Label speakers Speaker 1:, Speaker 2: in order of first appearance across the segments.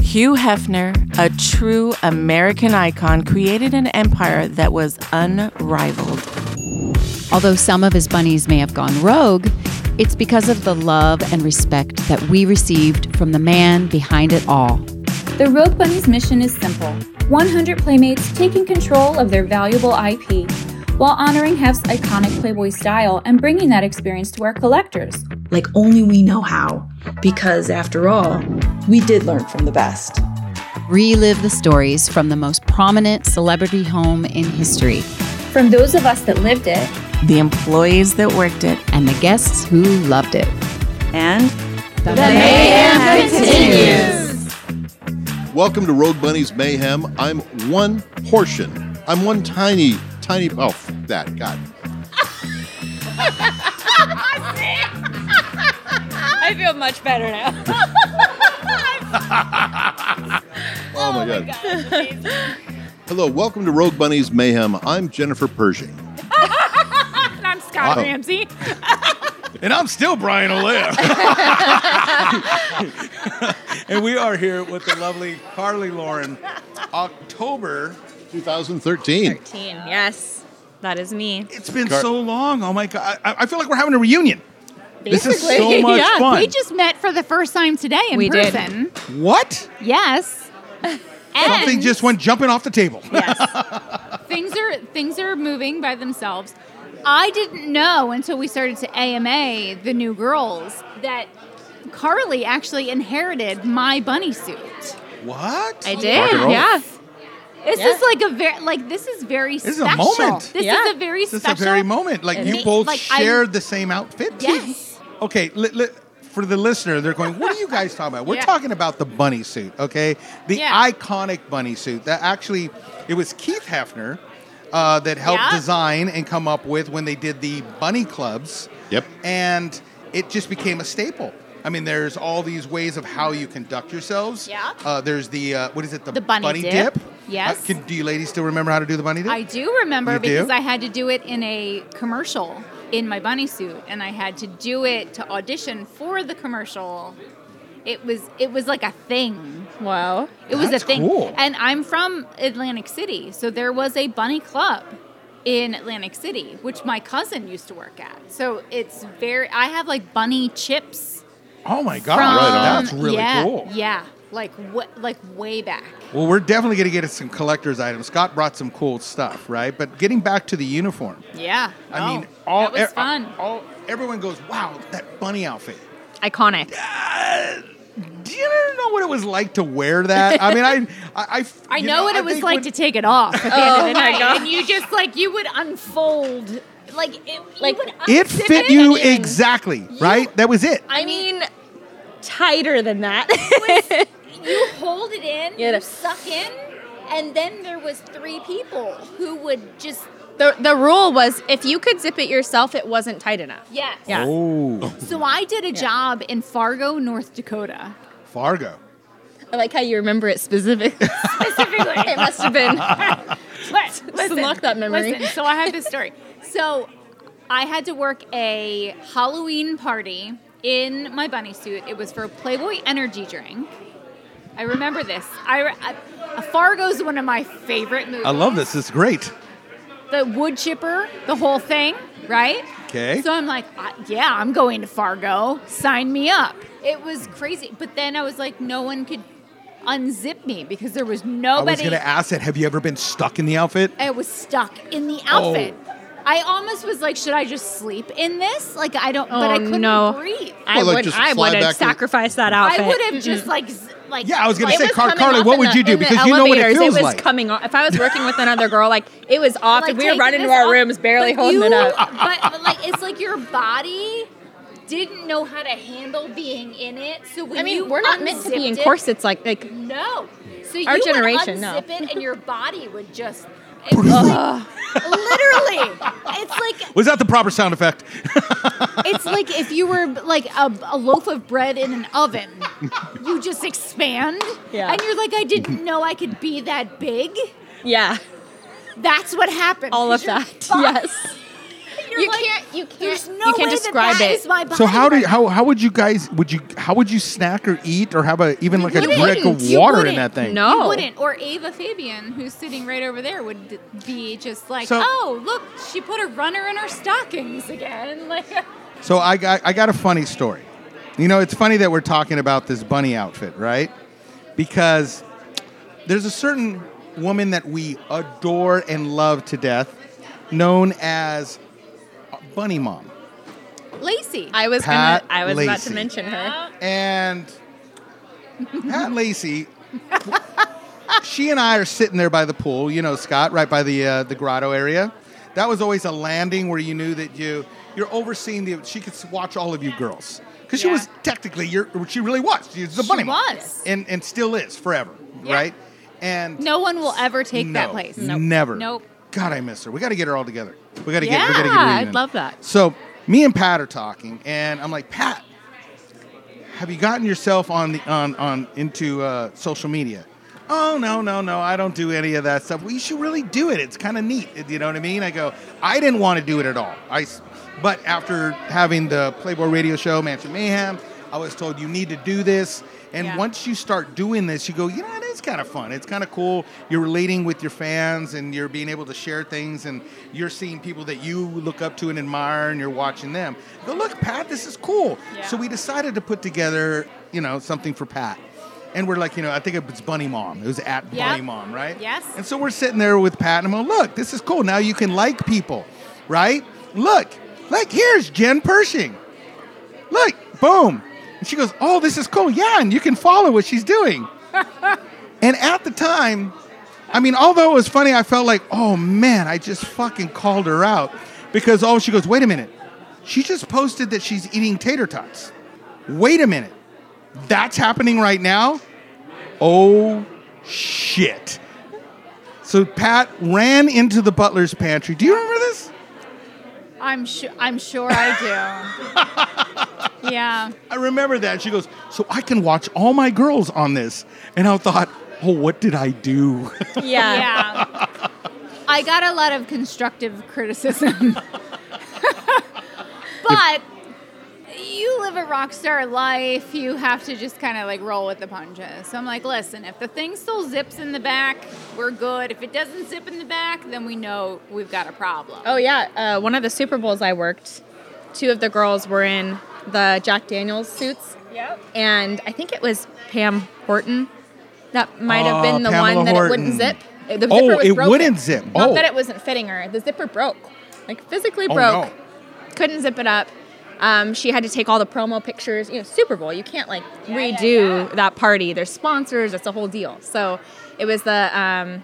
Speaker 1: Hugh Hefner, a true American icon, created an empire that was unrivaled.
Speaker 2: Although some of his bunnies may have gone rogue, it's because of the love and respect that we received from the man behind it all.
Speaker 3: The Rogue Bunny's mission is simple 100 Playmates taking control of their valuable IP while honoring Hef's iconic Playboy style and bringing that experience to our collectors.
Speaker 4: Like only we know how, because after all, we did learn from the best.
Speaker 2: Relive the stories from the most prominent celebrity home in history
Speaker 3: From those of us that lived it,
Speaker 1: The employees that worked it,
Speaker 2: and the guests who loved it.
Speaker 4: And
Speaker 2: The
Speaker 5: Welcome to Rogue Bunny's Mayhem. I'm one portion. I'm one tiny, tiny. Oh, f- that. God.
Speaker 6: I feel much better now.
Speaker 5: Oh, my God. Hello. Welcome to Rogue Bunny's Mayhem. I'm Jennifer Pershing.
Speaker 6: And I'm Scott
Speaker 5: Wow.
Speaker 6: Ramsey.
Speaker 7: And I'm still Brian O'Leary. and we are here with the lovely Carly Lauren. October.
Speaker 5: 2013.
Speaker 6: 13. Yes, that is me.
Speaker 7: It's been
Speaker 5: Car-
Speaker 7: so long. Oh my god. I, I feel like we're having a reunion. This is so
Speaker 8: Basically,
Speaker 7: much
Speaker 8: yeah.
Speaker 7: fun.
Speaker 8: We just met for the first time today in
Speaker 6: We did.
Speaker 8: person.
Speaker 7: what?
Speaker 8: Yes.
Speaker 7: Something
Speaker 8: And
Speaker 7: just went jumping off the table.
Speaker 8: things are things are moving by themselves. I didn't know until we started to AMA the new girls that Carly actually inherited my bunny suit.
Speaker 7: What?
Speaker 6: I
Speaker 5: Rock
Speaker 6: did.
Speaker 5: and roll.
Speaker 6: Yeah.
Speaker 8: This
Speaker 6: Yeah.
Speaker 8: is like a very like this is very
Speaker 7: This is a
Speaker 8: special.
Speaker 7: moment.
Speaker 8: This
Speaker 6: Yeah.
Speaker 8: is a very
Speaker 7: This is
Speaker 8: special
Speaker 7: the very moment. Like you
Speaker 8: Me-
Speaker 7: both
Speaker 8: like, I-
Speaker 7: shared the same outfit.
Speaker 8: Yes.
Speaker 7: Okay, li- li- for the listener, they're going, "What are you guys talking about?" We're
Speaker 8: Yeah.
Speaker 7: talking about the bunny suit, okay? The
Speaker 8: Yeah.
Speaker 7: iconic bunny suit that actually it was Keith Hefner uh, that helped
Speaker 8: Yeah.
Speaker 7: design and come up with when they did the bunny clubs.
Speaker 5: Yep.
Speaker 7: And it just became a staple. I mean, there's all these ways of how you conduct yourselves.
Speaker 8: Yeah.
Speaker 7: Uh, there's the uh, what is it? The,
Speaker 8: The bunny dip. Yes.
Speaker 7: Uh, can, do you ladies still remember how to do the bunny dip?
Speaker 8: I do remember
Speaker 7: You do?
Speaker 8: because I had to do it in a commercial in my bunny suit, and I had to do it to audition for the commercial. It was it was like a thing.
Speaker 6: Wow.
Speaker 8: It was
Speaker 7: That's
Speaker 8: a thing.
Speaker 7: cool.
Speaker 8: And I'm from Atlantic City, so there was a bunny club in Atlantic City, which my cousin used to work at. So it's very I have like bunny chips.
Speaker 7: oh my god!
Speaker 8: from,
Speaker 5: Right on.
Speaker 7: That's really
Speaker 8: yeah,
Speaker 7: cool.
Speaker 8: Yeah, like what like way back.
Speaker 7: Well, we're definitely going to get some collector's items. Scott brought some cool stuff, right? But getting back to the uniform,
Speaker 8: Yeah.
Speaker 7: I mean,
Speaker 8: oh,
Speaker 7: all,
Speaker 8: that was
Speaker 7: e-
Speaker 8: fun.
Speaker 7: all everyone goes, "Wow, that bunny outfit."
Speaker 6: Iconic.
Speaker 7: Do you know what it was like to wear that? I mean, I, I, I,
Speaker 8: I
Speaker 7: you
Speaker 8: know, what it was
Speaker 7: think
Speaker 8: like
Speaker 7: when-
Speaker 8: to take it off. At the
Speaker 6: Oh
Speaker 8: end of the
Speaker 6: my
Speaker 8: night.
Speaker 6: God.
Speaker 8: And you just like you would unfold, like it,
Speaker 6: Like,
Speaker 8: you would
Speaker 7: It
Speaker 8: unzip
Speaker 7: fit you
Speaker 8: and-
Speaker 7: exactly, right? That was it.
Speaker 6: I mean, tighter than that.
Speaker 8: You hold it in,
Speaker 6: Yeah.
Speaker 8: you suck in, and then there was three people who would just
Speaker 6: the, the rule was if you could zip it yourself, it wasn't tight enough.
Speaker 8: yes.
Speaker 6: Yeah.
Speaker 7: Oh,
Speaker 8: So I did a job in Fargo, North Dakota.
Speaker 7: Fargo.
Speaker 6: I like how you remember it specifically. specifically. it must have been.
Speaker 8: Let,
Speaker 6: unlock that memory.
Speaker 8: Listen, so I have this story. So I had to work a Halloween party in my bunny suit. It was for a Playboy energy drink. I remember this. I, re- I Fargo's one of my favorite movies.
Speaker 7: I love this. It's great.
Speaker 8: The wood chipper, the whole thing, right?
Speaker 7: 'Kay.
Speaker 8: So I'm like, I, yeah, I'm going to Fargo. Sign me up. It was crazy, but then I was like, no one could unzip me because there was
Speaker 7: I
Speaker 8: nobody.
Speaker 7: was going to ask that. Have you ever been stuck in the outfit?
Speaker 8: I was stuck in the outfit.
Speaker 7: Oh.
Speaker 8: I almost was like, should I just sleep in this? Like I don't, but
Speaker 6: Oh,
Speaker 8: I couldn't
Speaker 6: no.
Speaker 8: breathe.
Speaker 6: I
Speaker 5: Well, like,
Speaker 6: would
Speaker 5: just
Speaker 6: I
Speaker 5: fly
Speaker 6: would
Speaker 5: back
Speaker 6: have
Speaker 5: to-
Speaker 6: sacrificed that outfit.
Speaker 8: I would have just like, z- like
Speaker 7: Yeah, I was gonna
Speaker 8: like-
Speaker 7: say,
Speaker 6: It was
Speaker 7: Car-
Speaker 6: coming
Speaker 7: Carly,
Speaker 6: off
Speaker 7: what
Speaker 6: in
Speaker 7: would
Speaker 6: the-
Speaker 7: you do?
Speaker 6: in the
Speaker 7: Because you know what it
Speaker 6: elevators,
Speaker 7: feels
Speaker 6: was
Speaker 7: like.
Speaker 6: coming off. If I was working with another girl, like it was off,
Speaker 8: like,
Speaker 6: and we were
Speaker 8: taking
Speaker 6: running to
Speaker 8: this
Speaker 6: our
Speaker 8: off.
Speaker 6: rooms, barely
Speaker 8: But
Speaker 6: holding
Speaker 8: you-
Speaker 6: it up.
Speaker 8: but, but, like it's like your body didn't know how to handle being in it. So when
Speaker 6: I mean,
Speaker 8: you
Speaker 6: we're not meant to be in
Speaker 8: unzipped it-
Speaker 6: corsets like like.
Speaker 8: No. So
Speaker 6: Our
Speaker 8: you
Speaker 6: generation,
Speaker 8: would
Speaker 6: no.
Speaker 8: unzip it, and your body would just. It was like, literally, it's like
Speaker 7: Was that the proper sound effect?
Speaker 8: It's like if you were like a, a loaf of bread in an oven. You just expand.
Speaker 6: Yeah.
Speaker 8: And you're like, I didn't know I could be that big.
Speaker 6: Yeah,
Speaker 8: That's what happened.
Speaker 6: all of
Speaker 8: 'Cause your
Speaker 6: that.
Speaker 8: body-
Speaker 6: Yes.
Speaker 8: Your
Speaker 6: you're
Speaker 8: You
Speaker 6: like,
Speaker 8: can't. You can't.
Speaker 6: there's no
Speaker 8: you can't
Speaker 6: way that
Speaker 8: describe
Speaker 6: that
Speaker 8: it.
Speaker 6: is my body.
Speaker 7: So how do
Speaker 6: right
Speaker 7: you, how how would you guys would you how would you snack or eat or have a even like a
Speaker 8: wouldn't.
Speaker 7: drink of
Speaker 8: You
Speaker 7: water in
Speaker 6: wouldn't.
Speaker 7: that thing?
Speaker 8: No.
Speaker 6: You wouldn't. Or Ava Fabian, who's sitting right over there, would d- be just like,
Speaker 7: So-
Speaker 6: oh, look, she put a runner in her stockings again. Like,
Speaker 7: So I got I got a funny story. You know, it's funny that we're talking about this bunny outfit, right? Because there's a certain woman that we adore and love to death, known as Bunny Mom.
Speaker 6: Lacey.
Speaker 8: I was
Speaker 7: Pat
Speaker 8: gonna. I was about
Speaker 7: Lacey.
Speaker 8: to mention her.
Speaker 7: and Pat Lacey. she and I are sitting there by the pool, you know, Scott, right by the uh, the grotto area. That was always a landing where you knew that you you're overseeing the. She could watch all of you girls because she was technically your. She really was. She was the
Speaker 6: She
Speaker 7: bunny mom.
Speaker 6: was.
Speaker 7: and and still is forever,
Speaker 6: Yeah.
Speaker 7: right? And
Speaker 6: no one will ever take that
Speaker 7: no,
Speaker 6: place.
Speaker 7: Never.
Speaker 6: Nope.
Speaker 7: God, I miss her. We got to get her all together. We got to get.
Speaker 6: Yeah,
Speaker 7: We got to get her.
Speaker 6: I'd
Speaker 7: reunion.
Speaker 6: love that.
Speaker 7: So me and Pat are talking, and I'm like, Pat, have you gotten yourself on the on on into uh, social media? Oh no no no! I don't do any of that stuff. Well, you should really do it. It's kind of neat. You know what I mean? I go. I didn't want to do it at all. I, s- but after having the Playboy Radio Show, Mansion Mayhem, I was told you need to do this. And
Speaker 6: Yeah.
Speaker 7: once you start doing this, you go, you know, it is kind of fun. It's kind of cool. You're relating with your fans, and you're being able to share things, and you're seeing people that you look up to and admire, and you're watching them. I go, look, Pat, this is cool.
Speaker 6: Yeah.
Speaker 7: So we decided to put together, you know, something for Pat. And we're like, you know, I think it's Bunny Mom. It was at
Speaker 6: Yeah.
Speaker 7: Bunny Mom, right?
Speaker 6: Yes.
Speaker 7: And so we're sitting there with Pat, and I'm like, look, this is cool. Now you can like people, right? Look, like here's Jen Pershing. Look, boom. And she goes, oh, this is cool. Yeah, and you can follow what she's doing. and at the time, I mean, although it was funny, I felt like, oh man, I just fucking called her out because oh, she goes, wait a minute, she just posted that she's eating tater tots. Wait a minute, that's happening right now. Oh shit. So Pat ran into the butler's pantry. Do you remember this?
Speaker 6: I'm sure. I'm sure I do. yeah.
Speaker 7: I remember that. She goes, so I can watch all my girls on this. And I thought, oh, what did I do? Oh,
Speaker 8: Yeah.
Speaker 6: Yeah. I got a lot of constructive criticism. but you live a rock star life. You have to just kind of like roll with the punches. So I'm like, listen, if the thing still zips in the back, we're good. If it doesn't zip in the back, then we know we've got a problem.
Speaker 8: Oh yeah. Uh, one of the Super Bowls I worked, two of the girls were in the Jack Daniels suits,
Speaker 6: Yep.
Speaker 8: and I think it was Pam Horton. That might
Speaker 6: Ah,
Speaker 8: have
Speaker 7: Oh,
Speaker 8: been the
Speaker 7: Pamela
Speaker 8: one that it
Speaker 7: Horton.
Speaker 8: wouldn't zip. The zipper
Speaker 7: Oh,
Speaker 8: was
Speaker 7: it
Speaker 8: broken.
Speaker 7: wouldn't zip.
Speaker 8: Not
Speaker 7: Oh.
Speaker 8: that it wasn't fitting her. The zipper broke, like physically
Speaker 7: Oh,
Speaker 8: broke.
Speaker 7: no.
Speaker 8: Couldn't zip it up. Um, she had to take all the promo pictures. You know, Super Bowl. You can't like redo that party. There's sponsors. It's a whole deal. So it was the um,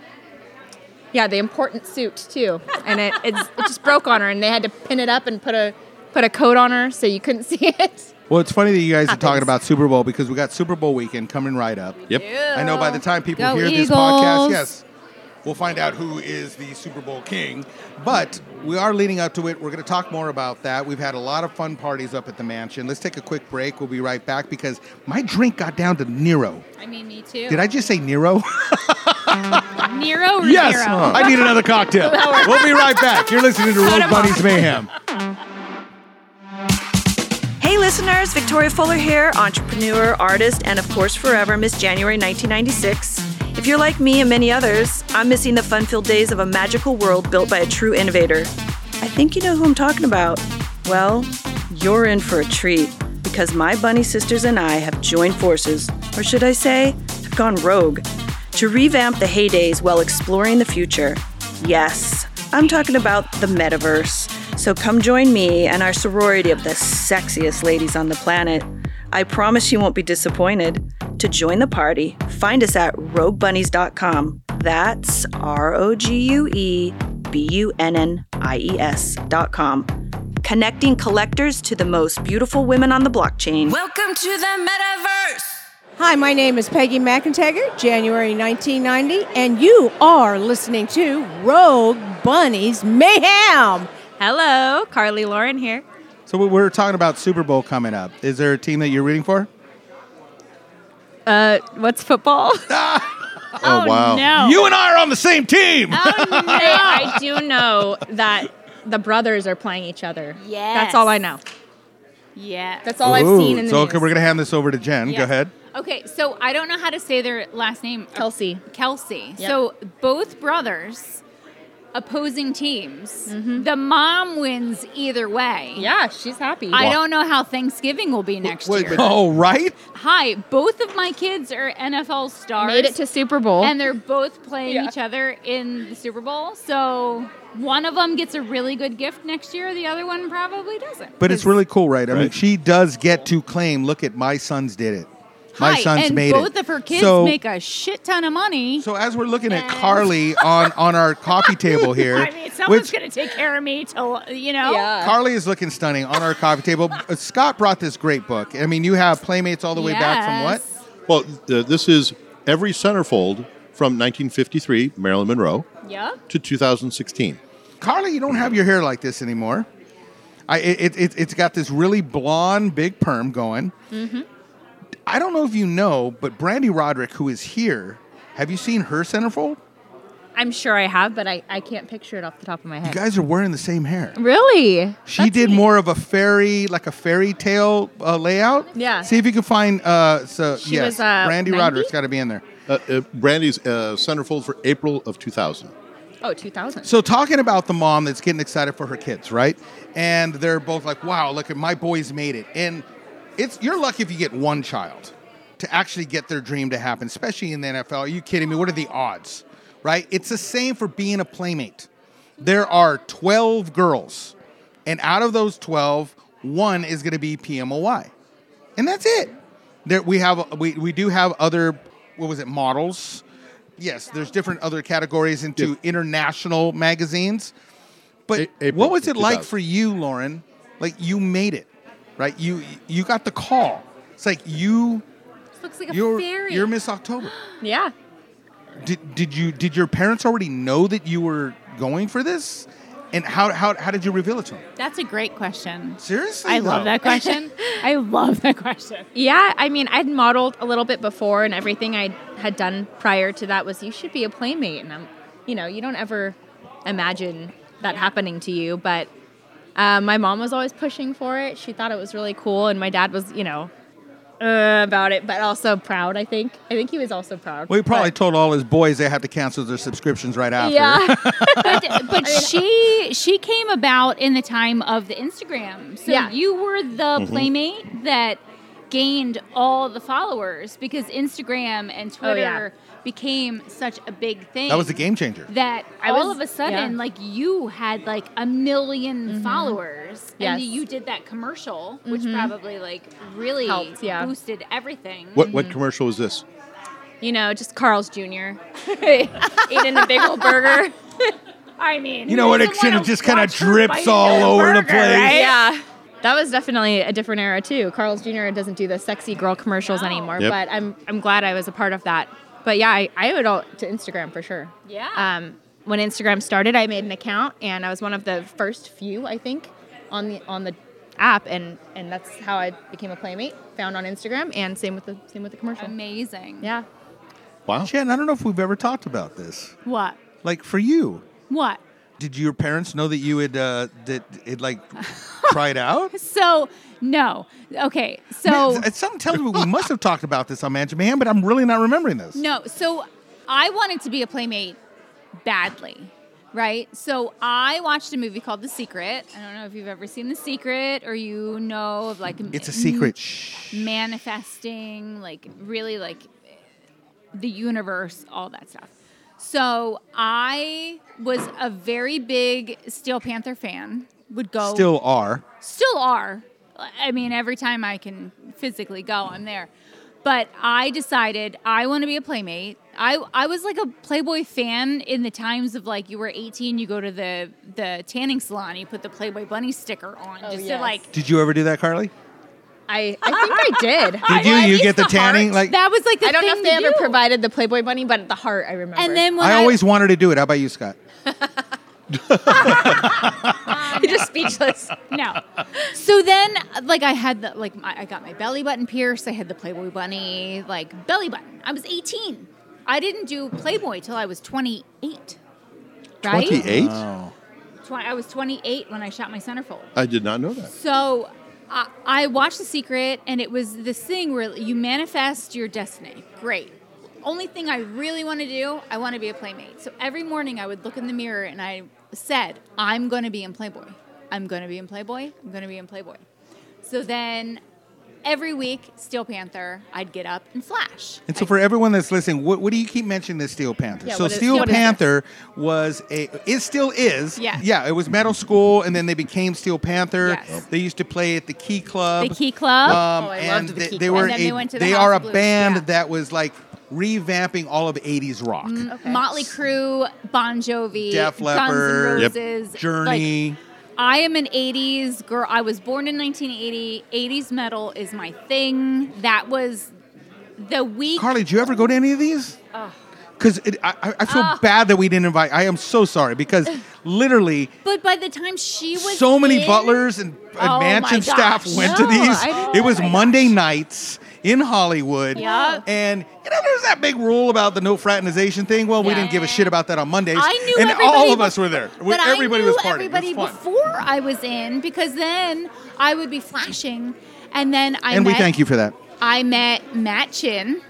Speaker 8: yeah, the important suit too, and it it's, it just broke on her, and they had to pin it up and put a put a coat on her so you couldn't see it.
Speaker 7: Well, it's funny that you guys are talking
Speaker 8: Happens.
Speaker 7: about Super Bowl because we got Super Bowl weekend coming right up.
Speaker 5: Yep.
Speaker 7: I know by the time people
Speaker 6: Go
Speaker 7: hear this
Speaker 6: Eagles.
Speaker 7: podcast, yes, we'll find out who is the Super Bowl king. But we are leading up to it. We're going to talk more about that. We've had a lot of fun parties up at the mansion. Let's take a quick break. We'll be right back because my drink got down to Nero.
Speaker 6: I mean, me too.
Speaker 7: Did I just say Nero?
Speaker 6: Nero or
Speaker 7: yes.
Speaker 6: Nero?
Speaker 7: I need another cocktail. we'll be right back. You're listening to Road Bunnies Mayhem.
Speaker 9: Hey listeners, Victoria Fuller here, entrepreneur, artist, and of course forever Miss January 1996. If you're like me and many others, I'm missing the fun-filled days of a magical world built by a true innovator. I think you know who I'm talking about. Well, you're in for a treat because my bunny sisters and I have joined forces, or should I say, have gone rogue, to revamp the heydays while exploring the future. Yes, I'm talking about the metaverse. So come join me and our sorority of the sexiest ladies on the planet. I promise you won't be disappointed. To join the party, find us at roguebunnies.com. That's R O G U E B U N N I E S.com. Connecting collectors to the most beautiful women on the blockchain.
Speaker 10: Welcome to the metaverse.
Speaker 11: Hi, my name is Peggy McIntaggart, January 1990, and you are listening to Rogue Bunnies Mayhem.
Speaker 8: Hello, Carly Lauren here.
Speaker 7: So we- we're talking about Super Bowl coming up. Is there a team that you're rooting for?
Speaker 8: Uh, what's football?
Speaker 5: Oh, wow.
Speaker 6: No.
Speaker 7: You and I are on the same team.
Speaker 8: Oh no! I do know that the brothers are playing each other.
Speaker 6: Yes.
Speaker 8: That's all I know.
Speaker 6: Yeah.
Speaker 8: That's all I've seen in the
Speaker 7: so
Speaker 8: news.
Speaker 7: okay, we're gonna hand this over to Jen. Go
Speaker 6: Yeah.
Speaker 7: ahead.
Speaker 6: Okay, so I don't know how to say their last name.
Speaker 8: Kelsey.
Speaker 6: Kelsey.
Speaker 8: Yep.
Speaker 6: So both brothers, opposing teams. The mom wins either way.
Speaker 8: Mm-hmm. Yeah, she's happy.
Speaker 6: I don't know how Thanksgiving will be next
Speaker 7: Wait,
Speaker 6: year.
Speaker 7: but- oh right.
Speaker 6: Hi, both of my kids are NFL stars.
Speaker 8: Made it to Super Bowl.
Speaker 6: and they're both playing
Speaker 8: Yeah.
Speaker 6: each other in the Super Bowl. So one of them gets a really good gift next year, the other one probably doesn't.
Speaker 7: But it's really cool, right? I mean,
Speaker 5: Right.
Speaker 7: she does get to claim. Look at my sons did it. My
Speaker 6: Hi,
Speaker 7: sons
Speaker 6: and
Speaker 7: made it.
Speaker 6: both of her kids
Speaker 7: so,
Speaker 6: make a shit ton of money.
Speaker 7: So as we're looking at Carly on on our coffee table here,
Speaker 6: I mean, someone's
Speaker 7: which-
Speaker 6: going to take care of me till, you know.
Speaker 8: Yeah.
Speaker 7: Carly is looking stunning on our coffee table. Uh, Scott brought this great book. I mean, you have Playmates all the way back from what?
Speaker 6: Yes.
Speaker 5: Well, th- this is Every Centerfold from 1953, Marilyn Monroe,
Speaker 6: Yep.
Speaker 5: to 2016.
Speaker 7: Carly, you don't have your hair like this anymore. I, it, it, it's got this really blonde, big perm going.
Speaker 8: Mm-hmm.
Speaker 7: I don't know if you know, but Brandy Roderick, who is here, have you seen her centerfold?
Speaker 8: I'm sure I have, but I, I can't picture it off the top of my
Speaker 7: You
Speaker 8: head.
Speaker 7: guys are wearing the same hair.
Speaker 8: really?
Speaker 7: She did more of a fairy, like a fairy tale uh, layout.
Speaker 8: Yeah.
Speaker 7: See if you can find. Uh, so
Speaker 8: She
Speaker 7: yes,
Speaker 8: was, uh,
Speaker 7: Brandy
Speaker 8: 90?
Speaker 7: Roderick's got to be in there.
Speaker 5: Uh, uh, Brandy's uh, centerfold for April of 2000.
Speaker 8: Oh, 2000.
Speaker 7: So talking about the mom that's getting excited for her kids, right? And they're both like, "Wow, look at my boys made it." And it's you're lucky if you get one child to actually get their dream to happen, especially in the NFL. Are you kidding me? What are the odds? Right? It's the same for being a playmate. There are 12 girls, and out of those 12, one is going to be PMOY. And that's it. There we have we, we do have other what was it? Models. Yes, there's different other categories into
Speaker 5: Yeah.
Speaker 7: international magazines. But
Speaker 5: A- April
Speaker 7: what was it like
Speaker 5: 2000.
Speaker 7: for you, Lauren? Like you made it, right? You you got the call. It's like you
Speaker 6: This looks like a
Speaker 7: you're
Speaker 6: fairy.
Speaker 7: you're Miss October.
Speaker 8: yeah.
Speaker 7: Did did you did your parents already know that you were going for this? And how how how did you reveal it to them?
Speaker 6: That's a great question.
Speaker 7: Seriously?
Speaker 6: I love
Speaker 7: though.
Speaker 6: that question. I love that question.
Speaker 8: Yeah, I mean, I'd modeled a little bit before, and everything I had done prior to that was you should be a playmate. And I'm, you know, you don't ever imagine that happening to you. But uh, my mom was always pushing for it. She thought it was really cool, and my dad was, you know, uh, about it, but also proud. I think. I think he was also proud.
Speaker 7: Well, he probably
Speaker 8: But-
Speaker 7: told all his boys they had to cancel their subscriptions right after.
Speaker 8: yeah.
Speaker 6: But, but she she came about in the time of the Instagram. So
Speaker 8: Yeah.
Speaker 6: you were the
Speaker 7: Mm-hmm.
Speaker 6: playmate that gained all the followers because Instagram and
Speaker 8: Oh, yeah.
Speaker 6: Twitter became such a big thing.
Speaker 7: That was a game changer.
Speaker 6: that
Speaker 8: I
Speaker 6: all
Speaker 8: was-
Speaker 6: of a sudden,
Speaker 8: yeah.
Speaker 6: like you had like a 1000000 followers,
Speaker 8: Yes.
Speaker 6: and you did that commercial, which probably like really
Speaker 8: Helped, yeah.
Speaker 6: boosted everything.
Speaker 5: What what commercial was this?
Speaker 8: you know, just Carl's Jr. eating a big old burger.
Speaker 6: I mean,
Speaker 7: You know what?
Speaker 6: who
Speaker 7: It
Speaker 6: doesn't
Speaker 7: kinda
Speaker 6: wanna
Speaker 7: just kinda
Speaker 6: watch her
Speaker 7: drips
Speaker 6: bite
Speaker 7: all
Speaker 6: into a
Speaker 7: over the
Speaker 6: burger,
Speaker 7: place.
Speaker 6: right?
Speaker 8: Yeah. That was definitely a different era too. Carl's Jr. doesn't do the sexy girl commercials
Speaker 6: No.
Speaker 8: anymore,
Speaker 5: Yep.
Speaker 8: but I'm I'm glad I was a part of that. But yeah, I, I owe it all to Instagram for sure.
Speaker 6: Yeah.
Speaker 8: Um, when Instagram started, I made an account and I was one of the first few, I think, on the on the app and and that's how I became a playmate, found on Instagram and same with the same with the commercial.
Speaker 6: Amazing.
Speaker 8: Yeah.
Speaker 5: Wow.
Speaker 7: Jen, I don't know if we've ever talked about this.
Speaker 6: What?
Speaker 7: Like for you,
Speaker 6: What?
Speaker 7: did your parents know that you had uh, that it like tried out?
Speaker 6: So no. Okay. So
Speaker 7: Man, something tells me we must have talked about this on Magic Man, but I'm really not remembering this.
Speaker 6: No, so I wanted to be a playmate badly, right? So I watched a movie called The Secret. I don't know if you've ever seen The Secret or you know of like
Speaker 7: It's a
Speaker 6: m-
Speaker 7: secret. Shh.
Speaker 6: manifesting, like really like the universe, all that stuff. So I was a very big Steel Panther fan. Would go
Speaker 7: Still are.
Speaker 6: still are. I mean, every time I can physically go, I'm there. But I decided I want to be a playmate. I, I was like a Playboy fan in the times of like you were 18, you go to the the tanning salon, you put the Playboy bunny sticker on, just
Speaker 8: Oh, yes.
Speaker 6: to like.
Speaker 7: Did you ever do that, Carly?
Speaker 8: I, I think I did.
Speaker 7: Did you?
Speaker 6: I
Speaker 7: You
Speaker 6: used
Speaker 7: get the tanning?
Speaker 6: heart.
Speaker 7: Like
Speaker 6: that was like the
Speaker 8: I don't know if
Speaker 6: thing
Speaker 8: they
Speaker 6: to
Speaker 8: ever
Speaker 6: do.
Speaker 8: provided the Playboy bunny, but the heart I remember.
Speaker 6: And then when
Speaker 7: I always wanted to do it. How about you, Scott?
Speaker 8: You're just speechless.
Speaker 6: no. So then, like, I had the like, my, I got my belly button pierced. I had the Playboy bunny, like belly button. I was 18. I didn't do Playboy till I was 28. Right?
Speaker 5: 28?
Speaker 7: Oh.
Speaker 8: tw- I was 28 when I shot my centerfold.
Speaker 5: I did not know that.
Speaker 8: So I, I watched The Secret, and it was this thing where you manifest your destiny. Great. Only thing I really want to do, I want to be a playmate. So every morning I would look in the mirror and I said, I'm going to be in Playboy. I'm going to be in Playboy. I'm going to be in Playboy. So then every week, Steel Panther, I'd get up and flash.
Speaker 7: And so, for everyone that's listening, what, what do you keep mentioning the Steel Panther?
Speaker 8: Yeah,
Speaker 7: so,
Speaker 8: what is-
Speaker 7: Steel
Speaker 8: what is
Speaker 7: Panther was a, it still is.
Speaker 8: Yeah.
Speaker 7: Yeah, it was Metal School, and then they became Steel Panther.
Speaker 8: Yes. Yep.
Speaker 7: They used to play at the Key Club.
Speaker 8: The Key Club.
Speaker 7: Um,
Speaker 8: Oh, I
Speaker 7: and
Speaker 8: loved the
Speaker 7: they,
Speaker 8: Key
Speaker 7: they
Speaker 8: Club.
Speaker 7: were
Speaker 8: And then
Speaker 7: a-
Speaker 8: they went to the
Speaker 7: they
Speaker 8: House
Speaker 7: are a
Speaker 8: of Blues,
Speaker 7: band
Speaker 8: yeah.
Speaker 7: that was like revamping all of 80s rock.
Speaker 8: Mm, Motley Crue, Bon Jovi,
Speaker 7: Def Leppard,
Speaker 8: Guns N' Roses, like,
Speaker 7: Journey.
Speaker 8: I am an 80s girl. I was born in 1980. 80s metal is my thing. That was the week.
Speaker 7: Carly, did you ever go to any of these?
Speaker 8: Ugh.
Speaker 7: Because I, I- I feel
Speaker 8: Ah.
Speaker 7: bad that we didn't invite. I am so sorry because literally
Speaker 8: But by the time she was
Speaker 7: so many
Speaker 8: in-
Speaker 7: butlers and, and
Speaker 8: Oh my
Speaker 7: mansion
Speaker 8: gosh.
Speaker 7: staff went to
Speaker 8: No,
Speaker 7: these.
Speaker 8: I didn't-
Speaker 7: It was Monday nights in Hollywood.
Speaker 8: Yeah.
Speaker 7: And you know, there's that big rule about the no fraternization thing. Well, we
Speaker 8: Yeah.
Speaker 7: didn't give a shit about that on Mondays.
Speaker 8: I knew
Speaker 7: and
Speaker 8: everybody
Speaker 7: all of
Speaker 8: bef-
Speaker 7: us were there. We-
Speaker 8: but
Speaker 7: everybody
Speaker 8: I knew
Speaker 7: was partying.
Speaker 8: everybody
Speaker 7: it was fun.
Speaker 8: before I was in because then I would be flashing, and then I
Speaker 7: and
Speaker 8: met,
Speaker 7: we thank you for that.
Speaker 8: I met Matt Chin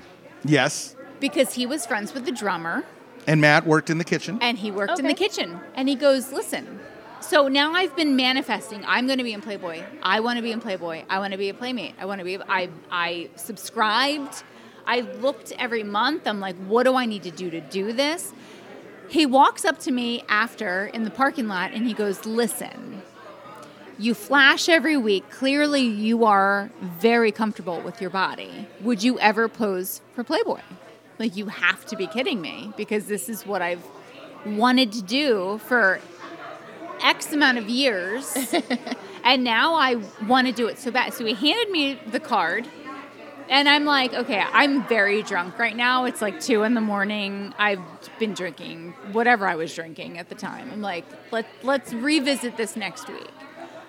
Speaker 7: Yes.
Speaker 8: because he was friends with the drummer.
Speaker 7: And Matt worked in the kitchen.
Speaker 8: And he worked in the kitchen. And he goes, listen, so now I've been manifesting. I'm going to be in Playboy. I want to be in Playboy. I want to be a Playmate. I want to be, a- I, I subscribed. I looked every month. I'm like, what do I need to do to do this? He walks up to me after in the parking lot and he goes, listen, you flash every week. Clearly, you are very comfortable with your body. Would you ever pose for Playboy? Like, you have to be kidding me because this is what I've wanted to do for X amount of years. and now I want to do it so bad. So he handed me the card. And I'm like, okay, I'm very drunk right now. It's like two in the morning. I've been drinking whatever I was drinking at the time. I'm like, let, let's revisit this next week.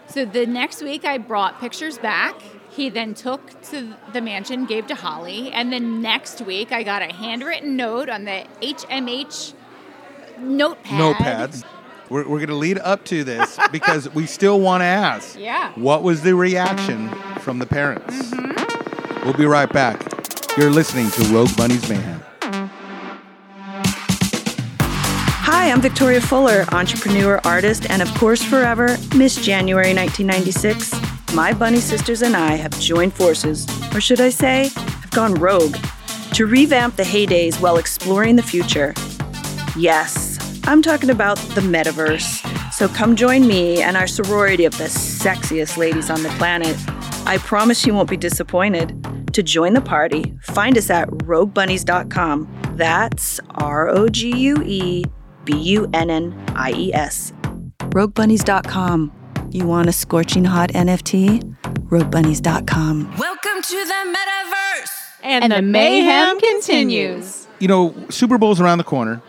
Speaker 8: So the next week, I brought pictures back. He then took to the mansion, gave to Holly. And then next week, I got a handwritten note on the HMH notepad.
Speaker 7: notepads. We're, we're going to lead up to this because we still want to ask.
Speaker 8: Yeah.
Speaker 7: What was the reaction from the parents?
Speaker 8: Mm-hmm.
Speaker 7: We'll be right back. You're listening to Rogue Bunny's Mayhem.
Speaker 9: Hi, I'm Victoria Fuller, entrepreneur, artist, and of course, forever Miss January 1996. My bunny sisters and I have joined forces, or should I say, have gone rogue, to revamp the heydays while exploring the future. Yes, I'm talking about the metaverse. So come join me and our sorority of the sexiest ladies on the planet. I promise you won't be disappointed. To join the party, find us at roguebunnies.com. That's R O G U E B U N N I E S. Roguebunnies.com. You want a scorching hot NFT? Roguebunnies.com.
Speaker 12: Welcome to the metaverse.
Speaker 1: And, the, mayhem continues.
Speaker 7: You know, Super Bowl's around the corner.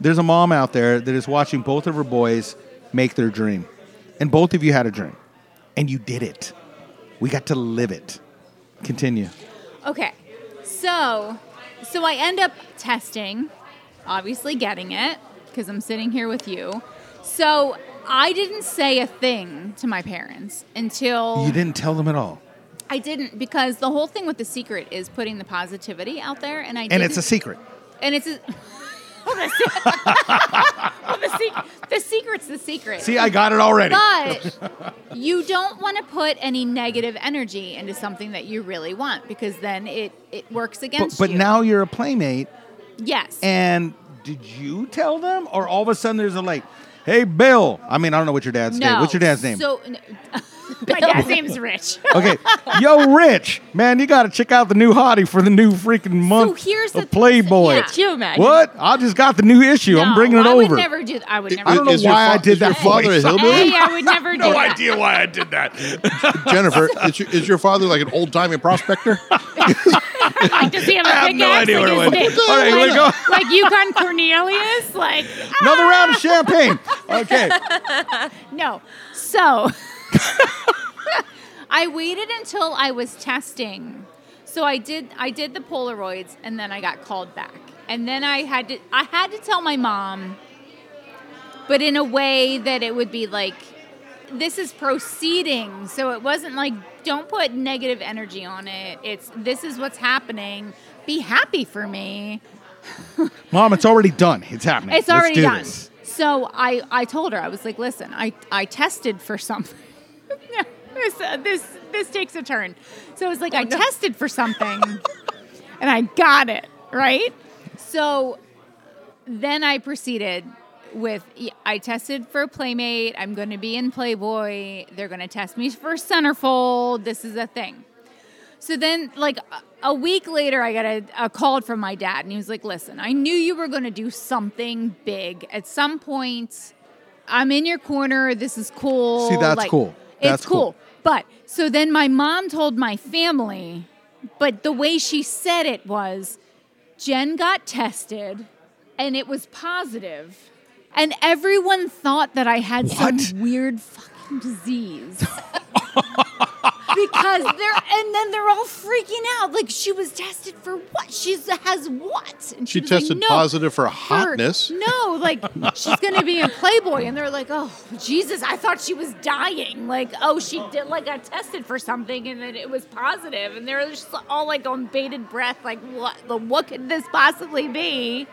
Speaker 7: There's a mom out there that is watching both of her boys make their dream. And both of you had a dream. And you did it. We got to live it. Continue.
Speaker 8: Okay. So, so I end up testing, obviously getting it because I'm sitting here with you. So, I didn't say a thing to my parents until
Speaker 7: You didn't tell them at all.
Speaker 8: I didn't because the whole thing with the secret is putting the positivity out there and I
Speaker 7: And it's a
Speaker 8: didn't-
Speaker 7: secret.
Speaker 8: And it's a Well, the, se- Well, the sec- the secret's the secret.
Speaker 7: See, I got it already.
Speaker 8: But you don't want to put any negative energy into something that you really want because then it, it works
Speaker 7: But,
Speaker 8: against
Speaker 7: but
Speaker 8: you.
Speaker 7: now you're a playmate
Speaker 8: yes,
Speaker 7: And did you tell them, or all of a sudden there's a like, hey Bill? I mean, I don't know what your dad's
Speaker 8: no.
Speaker 7: name. What's your dad's name?
Speaker 8: So n- my dad's name's Rich.
Speaker 7: okay, yo, Rich, man, you got to check out the new hottie for the new freaking month.
Speaker 8: here's the
Speaker 7: of Playboy.
Speaker 8: yeah. Could you imagine?
Speaker 7: What? I just got the new issue. I'm
Speaker 8: No,
Speaker 7: bringing it
Speaker 8: I
Speaker 7: over.
Speaker 8: Would never do. I would never.
Speaker 7: I don't know
Speaker 5: Is your
Speaker 7: why
Speaker 5: fa-
Speaker 7: I did
Speaker 5: is your
Speaker 7: that.
Speaker 5: father a
Speaker 7: voice.
Speaker 5: hillbilly?
Speaker 8: Hey, I would never do
Speaker 7: no
Speaker 8: that.
Speaker 7: idea why I did that.
Speaker 5: Jennifer, is your, is your father like an old timey prospector?
Speaker 8: Like, does he have a
Speaker 7: have
Speaker 8: big
Speaker 7: no
Speaker 8: ass?
Speaker 7: idea
Speaker 8: like,
Speaker 7: what it
Speaker 8: his
Speaker 7: was.
Speaker 8: big-
Speaker 7: All right,
Speaker 8: like,
Speaker 7: let go.
Speaker 8: like Yukon Cornelius? Like,
Speaker 7: Another round of champagne. Okay.
Speaker 8: no. So I waited until I was testing. So I did I did the Polaroids and then I got called back. And then I had to I had to tell my mom but in a way that it would be like this is proceeding. So it wasn't like don't put negative energy on it. It's this is what's happening. Be happy for me.
Speaker 7: Mom, it's already done. It's happening.
Speaker 8: It's
Speaker 7: Let's
Speaker 8: already
Speaker 7: do
Speaker 8: done.
Speaker 7: this.
Speaker 8: So I, I told her, I was like, listen, I, I tested for something. this, uh, this, this takes a turn. So it was
Speaker 7: Oh,
Speaker 8: like, I tested for something and I got it, right? So then I proceeded with y- I tested for Playmate. I'm going to be in Playboy. They're going to test me for Centerfold. This is a thing. So then, like a- a week later, I got a, a call from my dad, and he was like, "Listen, I knew you were going to do something big at some point. I'm in your corner. This is cool.
Speaker 7: See, that's
Speaker 8: Like,
Speaker 7: cool. That's
Speaker 8: it's cool.
Speaker 7: cool.
Speaker 8: But so then my mom told my family, but the way she said it was, Jen got tested, and it was positive, and everyone thought that I had
Speaker 7: What?
Speaker 8: some weird fucking disease because they're and then they're all freaking out. Like she was tested for what? She has what? And
Speaker 5: She
Speaker 8: was like,
Speaker 5: tested
Speaker 8: "No,
Speaker 5: positive for
Speaker 8: her-
Speaker 5: hotness."
Speaker 8: no, like she's gonna be in Playboy, and they're like, oh Jesus, I thought she was dying. Like oh, she did like got tested for something, and then it was positive, and they're just all like on bated breath, like what? The what could this possibly be?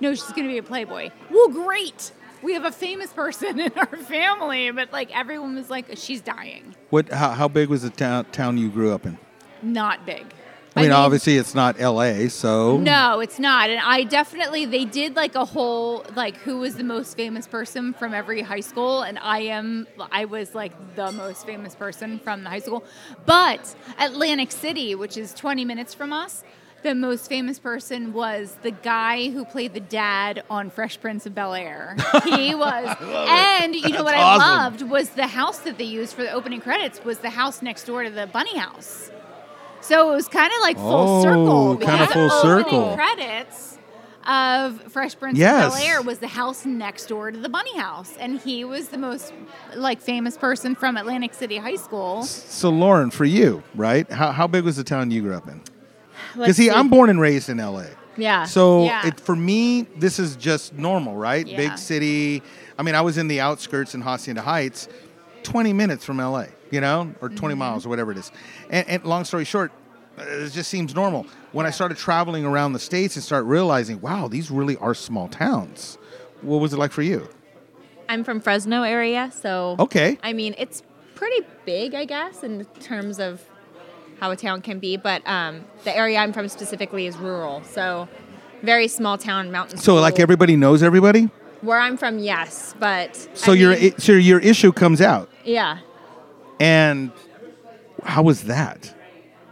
Speaker 8: No, she's gonna be a Playboy. Well, great. We have a famous person in our family, but like everyone was like, she's dying.
Speaker 7: What? How, how big was the town, town you grew up in?
Speaker 8: Not big.
Speaker 7: I mean, obviously, it's not L.A., so
Speaker 8: No, oh, it's not. And I definitely they did like a whole like who was the most famous person from every high school and I am I was like the most famous person from the high school. But Atlantic City, which is 20 minutes from us, the most famous person was the guy who played the dad on Fresh Prince of Bel Air. He was, and you know what
Speaker 7: That's
Speaker 8: I
Speaker 7: awesome.
Speaker 8: loved was the house that they used for the opening credits was the house next door to the Bunny House. So it was kind of like full
Speaker 7: Oh,
Speaker 8: circle.
Speaker 7: kinda
Speaker 8: because
Speaker 7: full
Speaker 8: the
Speaker 7: circle.
Speaker 8: Opening credits of Fresh Prince
Speaker 7: Yes.
Speaker 8: of Bel Air was the house next door to the Bunny House, and he was the most like famous person from Atlantic City High School.
Speaker 7: So Lauren, for you, right? How how big was the town you grew up in? Because
Speaker 6: Let's
Speaker 7: see,
Speaker 6: see.
Speaker 7: I'm born and raised in L.A.
Speaker 6: Yeah.
Speaker 7: So
Speaker 6: Yeah.
Speaker 7: it, for me, this is just normal, right?
Speaker 6: Yeah.
Speaker 7: Big city. I mean, I was in the outskirts in Hacienda Heights, 20 minutes from L.A. You know, or 20 miles or whatever it is. And, and long story short, uh, it just seems normal. When I started traveling around the states and start realizing, wow, these really are small towns. What was it like for you?
Speaker 6: I'm from Fresno area, so
Speaker 7: Okay.
Speaker 6: I mean, it's pretty big, I guess, in terms of how a town can be. But um, the area I'm from specifically is rural, so very small town, mountain.
Speaker 7: So like
Speaker 6: school.
Speaker 7: everybody knows everybody.
Speaker 6: where I'm from, yes, but
Speaker 7: So
Speaker 6: I
Speaker 7: your
Speaker 6: mean,
Speaker 7: i- so your issue comes out.
Speaker 6: yeah.
Speaker 7: And how was that?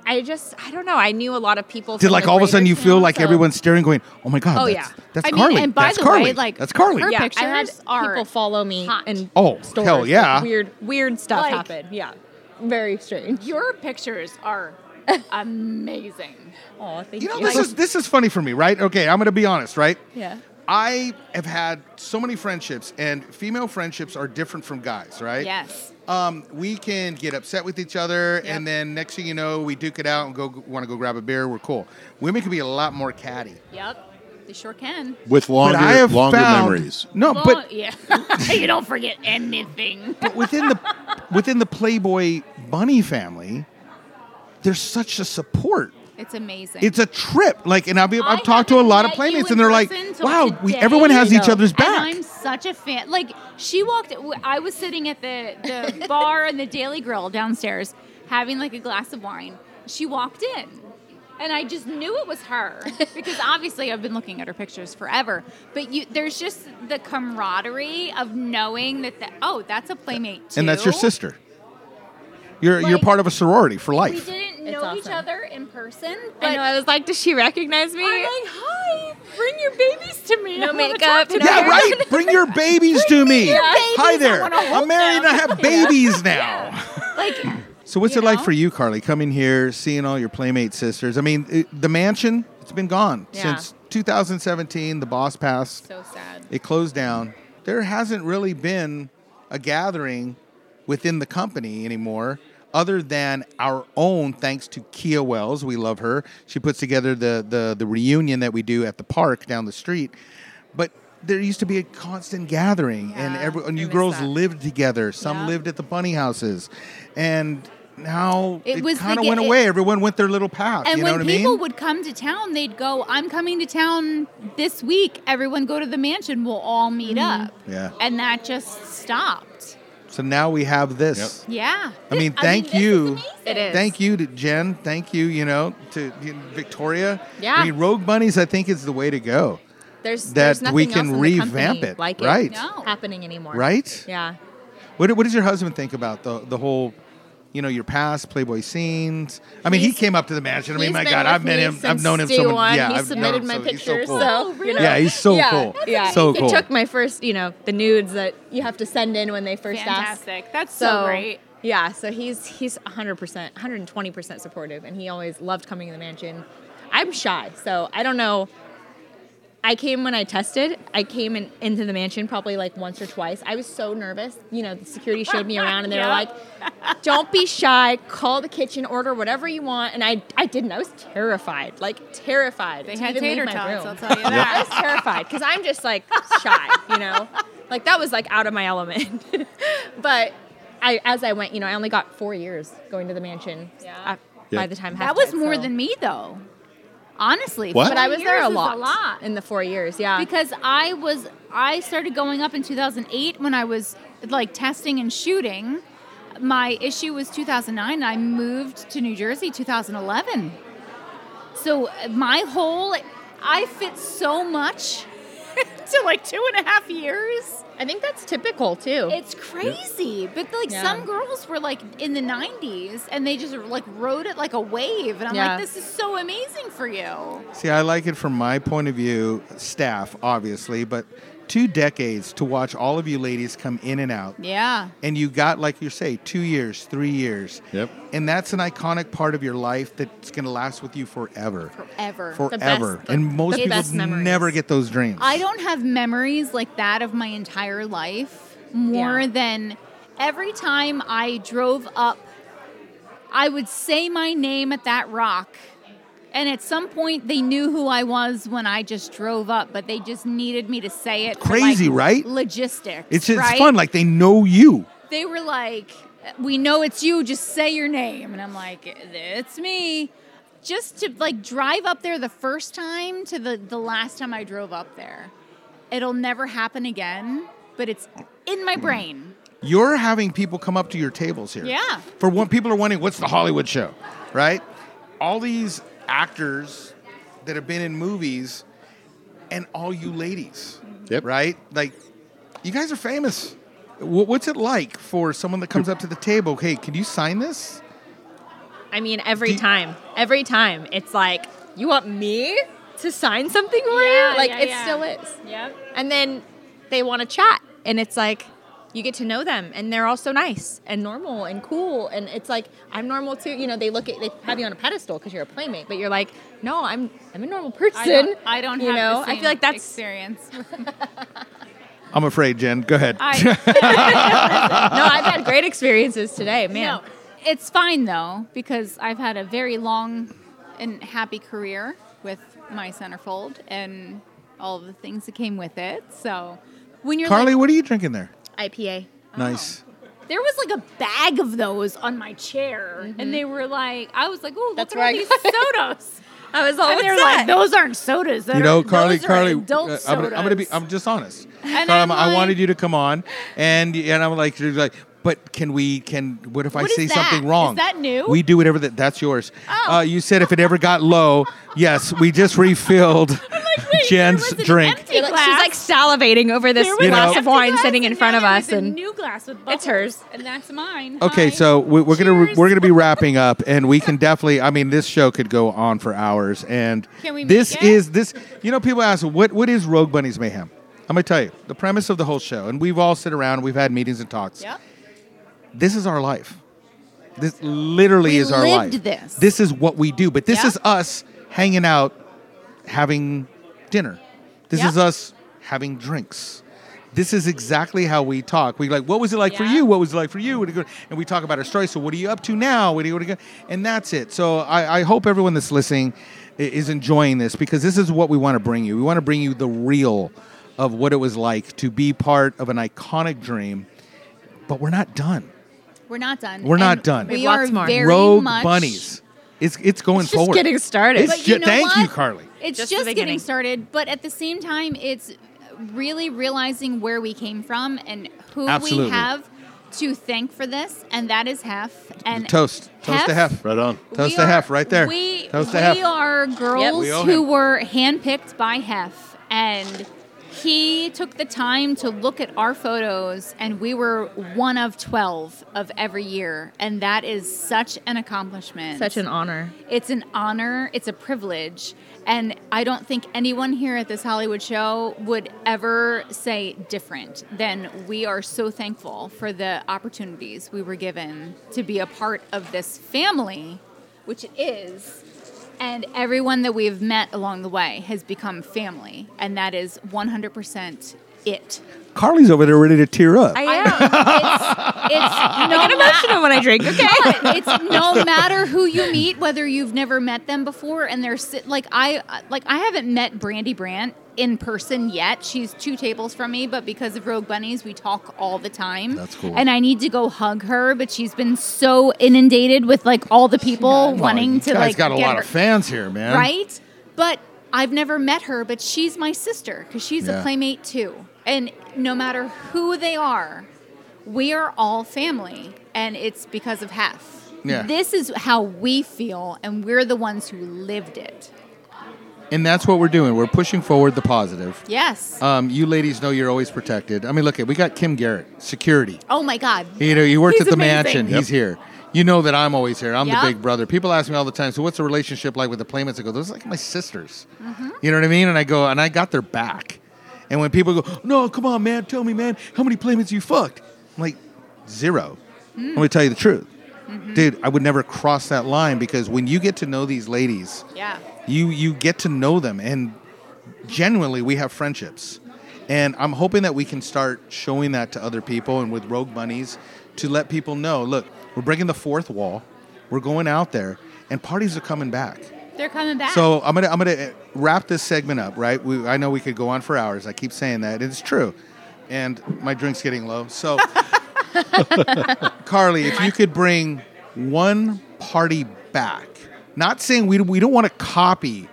Speaker 6: I just I don't know. I knew a lot of people.
Speaker 7: Did
Speaker 6: from
Speaker 7: like
Speaker 6: the
Speaker 7: all of a sudden
Speaker 6: greater
Speaker 7: you feel
Speaker 6: town,
Speaker 7: like
Speaker 6: so-
Speaker 7: everyone's staring, going, "Oh my god,
Speaker 6: Oh,
Speaker 7: that's,
Speaker 6: yeah.
Speaker 7: that's
Speaker 8: I mean,
Speaker 7: Carly."
Speaker 8: and by
Speaker 7: that's
Speaker 8: the
Speaker 7: Carly.
Speaker 8: way, like,
Speaker 7: that's Carly.
Speaker 8: her
Speaker 6: Yeah,
Speaker 8: pictures
Speaker 6: I had
Speaker 8: are
Speaker 6: people follow me
Speaker 8: hot.
Speaker 6: and
Speaker 7: Oh,
Speaker 6: stores.
Speaker 7: hell
Speaker 6: Like,
Speaker 7: yeah.
Speaker 6: weird weird stuff
Speaker 8: Like-
Speaker 6: happened. Yeah, very strange.
Speaker 8: Your pictures are amazing.
Speaker 6: Oh, thank
Speaker 7: you
Speaker 6: you.
Speaker 7: know, this is this is funny for me, right? Okay, I'm going to be honest, right?
Speaker 6: yeah.
Speaker 7: I have had so many friendships, and female friendships are different from guys, right?
Speaker 8: Yes.
Speaker 7: Um, we can get upset with each other, and then next thing you know, we duke it out and go want to go grab a beer. We're cool. Women can be a lot more catty.
Speaker 8: Yep. They sure can.
Speaker 5: with longer
Speaker 7: but I have
Speaker 5: longer
Speaker 7: found-
Speaker 5: memories.
Speaker 7: No,
Speaker 8: Well,
Speaker 7: but
Speaker 8: yeah, you don't forget anything.
Speaker 7: but within the within the Playboy Bunny family, there's such a support.
Speaker 8: It's amazing.
Speaker 7: It's a trip. Like, and I've, been-
Speaker 8: I
Speaker 7: I've talked to a
Speaker 8: haven't
Speaker 7: lot of
Speaker 8: met you
Speaker 7: playmates,
Speaker 8: in
Speaker 7: and they're like,
Speaker 8: person till
Speaker 7: "Wow, we,
Speaker 8: today."
Speaker 7: everyone has
Speaker 6: I
Speaker 7: each
Speaker 6: know.
Speaker 7: other's back."
Speaker 8: And I'm such a fan. Like she walked. I was sitting at the the bar and the Daily Grill downstairs, having like a glass of wine. She walked in, and I just knew it was her because obviously I've been looking at her pictures forever. But you, there's just the camaraderie of knowing that the, oh, that's a playmate too.
Speaker 7: and that's your sister. You're you're
Speaker 8: Like,
Speaker 7: part of a sorority for
Speaker 8: We
Speaker 7: life.
Speaker 8: didn't
Speaker 6: It's
Speaker 8: know each
Speaker 6: awesome.
Speaker 8: other in person, but
Speaker 6: I know. I was like, does she recognize me?
Speaker 8: I'm like, hi, bring your babies to me.
Speaker 6: No
Speaker 8: I wanna
Speaker 6: makeup,
Speaker 8: talk to
Speaker 6: no
Speaker 8: them."
Speaker 7: Yeah, right. Bring your babies to me. Hi there.
Speaker 8: wanna hold
Speaker 7: I'm married and I have babies now. so what's it like for you, Carly? Coming here, seeing all your playmate sisters. I mean, it- the mansion. It's been gone
Speaker 6: Yeah.
Speaker 7: since 2017. The boss passed.
Speaker 8: So sad.
Speaker 7: it closed down. There hasn't really been a gathering within the company anymore, other than our own. Thanks to Kia Wells, we love her. She puts together the the the reunion that we do at the park down the street. But there used to be a constant gathering, and every and you girls lived together. Some lived at the bunny houses, and now
Speaker 8: It
Speaker 7: it,
Speaker 8: was the
Speaker 7: kind of
Speaker 8: ga-
Speaker 7: went
Speaker 8: it-
Speaker 7: away. Everyone went their little path.
Speaker 8: And
Speaker 7: you know
Speaker 8: when
Speaker 7: what I mean?
Speaker 8: people would come to town, they'd go, I'm coming to town this week. Everyone go to the mansion. We'll all meet
Speaker 6: Mm-hmm.
Speaker 8: up.
Speaker 7: Yeah.
Speaker 8: And that just stopped.
Speaker 7: So now we have this.
Speaker 8: Yeah.
Speaker 7: I mean, thank you.
Speaker 6: It is.
Speaker 7: Thank you to Jen. Thank you, you know, to you know, Victoria.
Speaker 6: Yeah.
Speaker 7: I mean, Rogue Bunnies, I think, is the way to go.
Speaker 6: There's
Speaker 7: that
Speaker 6: there's nothing
Speaker 7: we
Speaker 6: else
Speaker 7: can
Speaker 6: in the
Speaker 7: revamp
Speaker 6: company
Speaker 7: it,
Speaker 6: like
Speaker 7: right.
Speaker 6: it happening anymore.
Speaker 7: Right?
Speaker 6: Yeah.
Speaker 7: What, what does your husband think about the, the whole, you know, your past Playboy scenes? I mean, he
Speaker 6: He's-
Speaker 7: came up to the mansion. I mean,
Speaker 6: he's
Speaker 7: my
Speaker 6: been
Speaker 7: God,
Speaker 6: with
Speaker 7: I've met
Speaker 6: me
Speaker 7: him. I've
Speaker 6: since
Speaker 7: known him
Speaker 6: day
Speaker 7: so much.
Speaker 6: one.
Speaker 7: Yeah,
Speaker 6: he
Speaker 7: I've known
Speaker 6: submitted
Speaker 7: him
Speaker 6: my
Speaker 7: so, he's so
Speaker 6: pictures,
Speaker 7: cool.
Speaker 6: you know.
Speaker 7: Yeah, he's so cool.
Speaker 6: Yeah,
Speaker 7: so
Speaker 6: he
Speaker 7: cool.
Speaker 6: took my first, you know, the nudes that you have to send in when they first ask.
Speaker 8: Fantastic. That's so great.
Speaker 6: Yeah, so he's he's 100%, 120% supportive, and he always loved coming to the mansion. I'm shy, so I don't know. I came when I tested. I came in, into the mansion probably like once or twice. I was so nervous. You know, the security showed me around, and they were
Speaker 8: Yeah.
Speaker 6: like, don't be shy. Call the kitchen, order whatever you want. And I, I didn't. I was terrified, like terrified.
Speaker 8: They
Speaker 6: to
Speaker 8: had
Speaker 6: even leave
Speaker 8: tater
Speaker 6: my
Speaker 8: tots,
Speaker 6: room.
Speaker 8: I'll tell you
Speaker 6: I
Speaker 8: that.
Speaker 6: was terrified because I'm just like shy, you know, like that was like out of my element. but I, as I went, you know, I only got four years going to the mansion. Yeah.
Speaker 8: Yeah.
Speaker 6: By the time
Speaker 8: That
Speaker 6: half
Speaker 8: was
Speaker 6: died,
Speaker 8: more
Speaker 6: so-
Speaker 8: than me, though. Honestly.
Speaker 6: What?
Speaker 8: four
Speaker 6: But I was there
Speaker 8: years
Speaker 6: a
Speaker 8: is
Speaker 6: lot,
Speaker 8: A lot.
Speaker 6: in the four years. Yeah.
Speaker 8: because I was I started going up in 2008 when I was like testing and shooting. My issue was 2009. and I moved to New Jersey 2011. So my whole I fit so much to like two and a half years.
Speaker 6: I think that's typical too.
Speaker 8: It's crazy, but like
Speaker 6: Yeah.
Speaker 8: some girls were like in the 90s and they just like rode it like a wave, and I'm
Speaker 6: Yeah.
Speaker 8: like, this is so amazing for you.
Speaker 7: See, I like it from my point of view, staff, obviously, but two decades to watch all of you ladies come in and out.
Speaker 8: Yeah.
Speaker 7: And you got, like you say, two years, three years. Yep. And that's an iconic part of your life that's going to last with you forever.
Speaker 8: Ever.
Speaker 7: Forever. and most
Speaker 8: the
Speaker 7: people
Speaker 8: best memories.
Speaker 7: never get those dreams.
Speaker 8: I don't have memories like that of my entire life more
Speaker 6: Yeah.
Speaker 8: than every time I drove up, I would say my name at that rock. And at some point, they knew who I was when I just drove up, but they just needed me to say it. for,
Speaker 7: Crazy,
Speaker 8: like,
Speaker 7: right?
Speaker 8: Logistics.
Speaker 7: It's, it's
Speaker 8: right?
Speaker 7: fun. Like they know you.
Speaker 8: they were like, "We know it's you. Just say your name." And I'm like, "It's me." Just to like drive up there the first time to the the last time I drove up there, it'll never happen again. But it's in my brain.
Speaker 7: You're having people come up to your tables here.
Speaker 8: Yeah.
Speaker 7: For one, people are wondering what's the Hollywood show, right? All these actors that have been in movies, and all you ladies, yep. right? Like, you guys are famous. Wh- What's it like for someone that comes up to the table? Hey, can you sign this?
Speaker 6: I mean, every time, every time, it's like, you want me to sign something for
Speaker 8: Yeah,
Speaker 6: you? Like,
Speaker 8: yeah,
Speaker 6: it
Speaker 8: yeah.
Speaker 6: still is.
Speaker 8: Yep.
Speaker 6: And then they want to chat, and it's like, you get to know them, and they're all so nice and normal and cool. And it's like, I'm normal too. You know, they look at, they have you on a pedestal because you're a playmate, but you're like, no, I'm, I'm a normal person.
Speaker 8: I don't, I don't
Speaker 6: you
Speaker 8: have
Speaker 6: know,
Speaker 8: the same
Speaker 6: I feel like that's
Speaker 8: experience.
Speaker 7: I'm afraid, Jen. Go ahead.
Speaker 6: no, I've had great experiences today, man.
Speaker 8: No, it's fine though because I've had a very long and happy career with my centerfold and all the things that came with it. So when you're
Speaker 7: Carly,
Speaker 8: like,
Speaker 7: what are you drinking there?
Speaker 6: IPA.
Speaker 7: Nice.
Speaker 8: there was like a bag of those on my chair, and they were like, I was like, oh, look
Speaker 6: That's
Speaker 8: at
Speaker 6: where
Speaker 8: all
Speaker 6: I
Speaker 8: these
Speaker 6: got
Speaker 8: sodas.
Speaker 6: I was all,
Speaker 8: and
Speaker 6: "What's
Speaker 8: they're
Speaker 6: that?"
Speaker 8: like, those aren't sodas. That
Speaker 7: you know,
Speaker 8: are-
Speaker 7: Carly,
Speaker 8: those are
Speaker 7: Carly,
Speaker 8: adult
Speaker 7: uh, I'm, gonna, I'm gonna be,
Speaker 8: sodas."
Speaker 7: I'm just honest.
Speaker 8: And
Speaker 7: Carly,
Speaker 8: I'm
Speaker 7: I
Speaker 8: like-
Speaker 7: wanted you to come on, and and I'm like, you're like, but can we? Can what if I
Speaker 8: What is
Speaker 7: say
Speaker 8: that?
Speaker 7: something wrong?
Speaker 8: Is that new? Oh.
Speaker 7: We do whatever that. That's yours. Uh, you said if it ever got low, yes, we just refilled Jen's drink.
Speaker 8: empty
Speaker 6: Like,
Speaker 8: glass.
Speaker 6: She's like salivating over this
Speaker 8: There was
Speaker 7: You
Speaker 6: glass
Speaker 7: know-
Speaker 6: of wine
Speaker 8: glass,
Speaker 6: sitting in
Speaker 8: and
Speaker 6: front
Speaker 8: now
Speaker 6: of
Speaker 8: there
Speaker 6: us,
Speaker 8: was a
Speaker 6: and
Speaker 8: new glass with bubbles,
Speaker 6: hers.
Speaker 8: and that's mine.
Speaker 7: Okay,
Speaker 8: Hi.
Speaker 7: so we, we're gonna
Speaker 8: Cheers.
Speaker 7: we're gonna be wrapping up, and we can definitely. I mean, this show could go on for hours, and
Speaker 8: Can we
Speaker 7: this
Speaker 8: make it?
Speaker 7: is this. You know, people ask what what is Rogue Bunny's Mayhem. I'm gonna tell you the premise of the whole show, and we've all sit around, we've had meetings and talks.
Speaker 8: Yep.
Speaker 7: This is our life. This literally
Speaker 8: We
Speaker 7: is our
Speaker 8: lived
Speaker 7: life.
Speaker 8: this.
Speaker 7: This is what we do, but this
Speaker 8: Yep.
Speaker 7: is us hanging out, having dinner. This
Speaker 8: Yep.
Speaker 7: is us having drinks this is exactly how we talk. We like, what was it like for you? What was it like for you? What do you go- And we talk about our story. So, what are you up to now? What do you, what do you go? And that's it. So, I, I hope everyone that's listening i- is enjoying this because this is what we want to bring you. We want to bring you the real of what it was like to be part of an iconic dream, but we're not done.
Speaker 3: We're not done.
Speaker 7: We're not
Speaker 3: And
Speaker 7: done.
Speaker 3: We are very
Speaker 7: Rogue
Speaker 3: much
Speaker 7: bunnies. It's it's going
Speaker 8: just
Speaker 7: forward.
Speaker 8: getting started.
Speaker 7: It's
Speaker 3: But you
Speaker 7: ju-
Speaker 3: know
Speaker 7: thank
Speaker 3: what?
Speaker 7: you, Carly.
Speaker 3: It's
Speaker 8: Just
Speaker 3: just,
Speaker 8: the beginning.
Speaker 3: getting started, but at the same time, it's really realizing where we came from and who
Speaker 7: Absolutely.
Speaker 3: we
Speaker 8: Hmm.
Speaker 3: have to thank for this, and that is Hef. And
Speaker 7: Toast, toast to Hef.
Speaker 5: Right on.
Speaker 3: we
Speaker 7: Toast to
Speaker 3: are-
Speaker 7: Hef, right there.
Speaker 3: We,
Speaker 7: Toast to
Speaker 3: we
Speaker 7: Hef.
Speaker 3: are girls
Speaker 7: We owe
Speaker 3: who
Speaker 7: him.
Speaker 3: were handpicked by Hef, and he took the time to look at our photos, and we were one of 12 of every year, and that is such an accomplishment.
Speaker 8: Such an honor.
Speaker 3: It's an honor, it's a privilege. And I don't think anyone here at this Hollywood show would ever say different than we are so thankful for the opportunities we were given to be a part of this family, which it is. And everyone that we've met along the way has become family. And that is 100% it.
Speaker 7: Carly's over there ready to tear up.
Speaker 3: I am. it's, it's no
Speaker 8: I get emotional when I drink. Okay.
Speaker 3: but it's no matter who you meet, whether you've never met them before, and they're sit- like I like I haven't met Brandy Brandt in person yet. She's two tables from me, but because of Rogue Bunnies, we talk all the time.
Speaker 7: That's cool.
Speaker 3: And I need to go hug her, but she's been so inundated with like all the people
Speaker 7: Well,
Speaker 3: wanting
Speaker 7: you
Speaker 3: to
Speaker 7: guys
Speaker 3: like
Speaker 7: got a
Speaker 3: get
Speaker 7: lot
Speaker 3: her-
Speaker 7: of fans here, man.
Speaker 3: right? But I've never met her, but she's my sister because she's
Speaker 7: Yeah.
Speaker 3: a playmate too. And no matter who they are, we are all family, and it's because of Hef.
Speaker 7: Yeah.
Speaker 3: This is how we feel, and we're the ones who lived it.
Speaker 7: And that's what we're doing. We're pushing forward the positive.
Speaker 3: Yes.
Speaker 7: Um, you ladies know you're always protected. I mean, look at we got Kim Garrett, security.
Speaker 3: oh my God.
Speaker 7: You know, you worked
Speaker 3: He's
Speaker 7: at the
Speaker 3: amazing.
Speaker 7: mansion.
Speaker 5: Yep.
Speaker 7: He's here. You know that I'm always here. I'm
Speaker 3: Yep.
Speaker 7: the big brother. People ask me all the time. So what's the relationship like with the playmates? I go, those are like my sisters.
Speaker 3: Mm-hmm.
Speaker 7: You know what I mean? And I go, and I got their back. And when people go, no, come on, man, tell me, man, how many playmates you fucked? I'm like, zero.
Speaker 3: Mm.
Speaker 7: I'm gonna tell you the truth,
Speaker 3: Mm-hmm.
Speaker 7: dude. I would never cross that line because when you get to know these ladies,
Speaker 3: Yeah.
Speaker 7: you you get to know them and genuinely we have friendships and i'm hoping that we can start showing that to other people and with rogue bunnies to let people know look we're breaking the fourth wall we're going out there and parties are coming back
Speaker 3: They're coming back.
Speaker 7: so i'm gonna i'm gonna wrap this segment up right we, i know we could go on for hours i keep saying that it's true and my drink's getting low so carly if you could bring one party back not saying we, we don't want to copy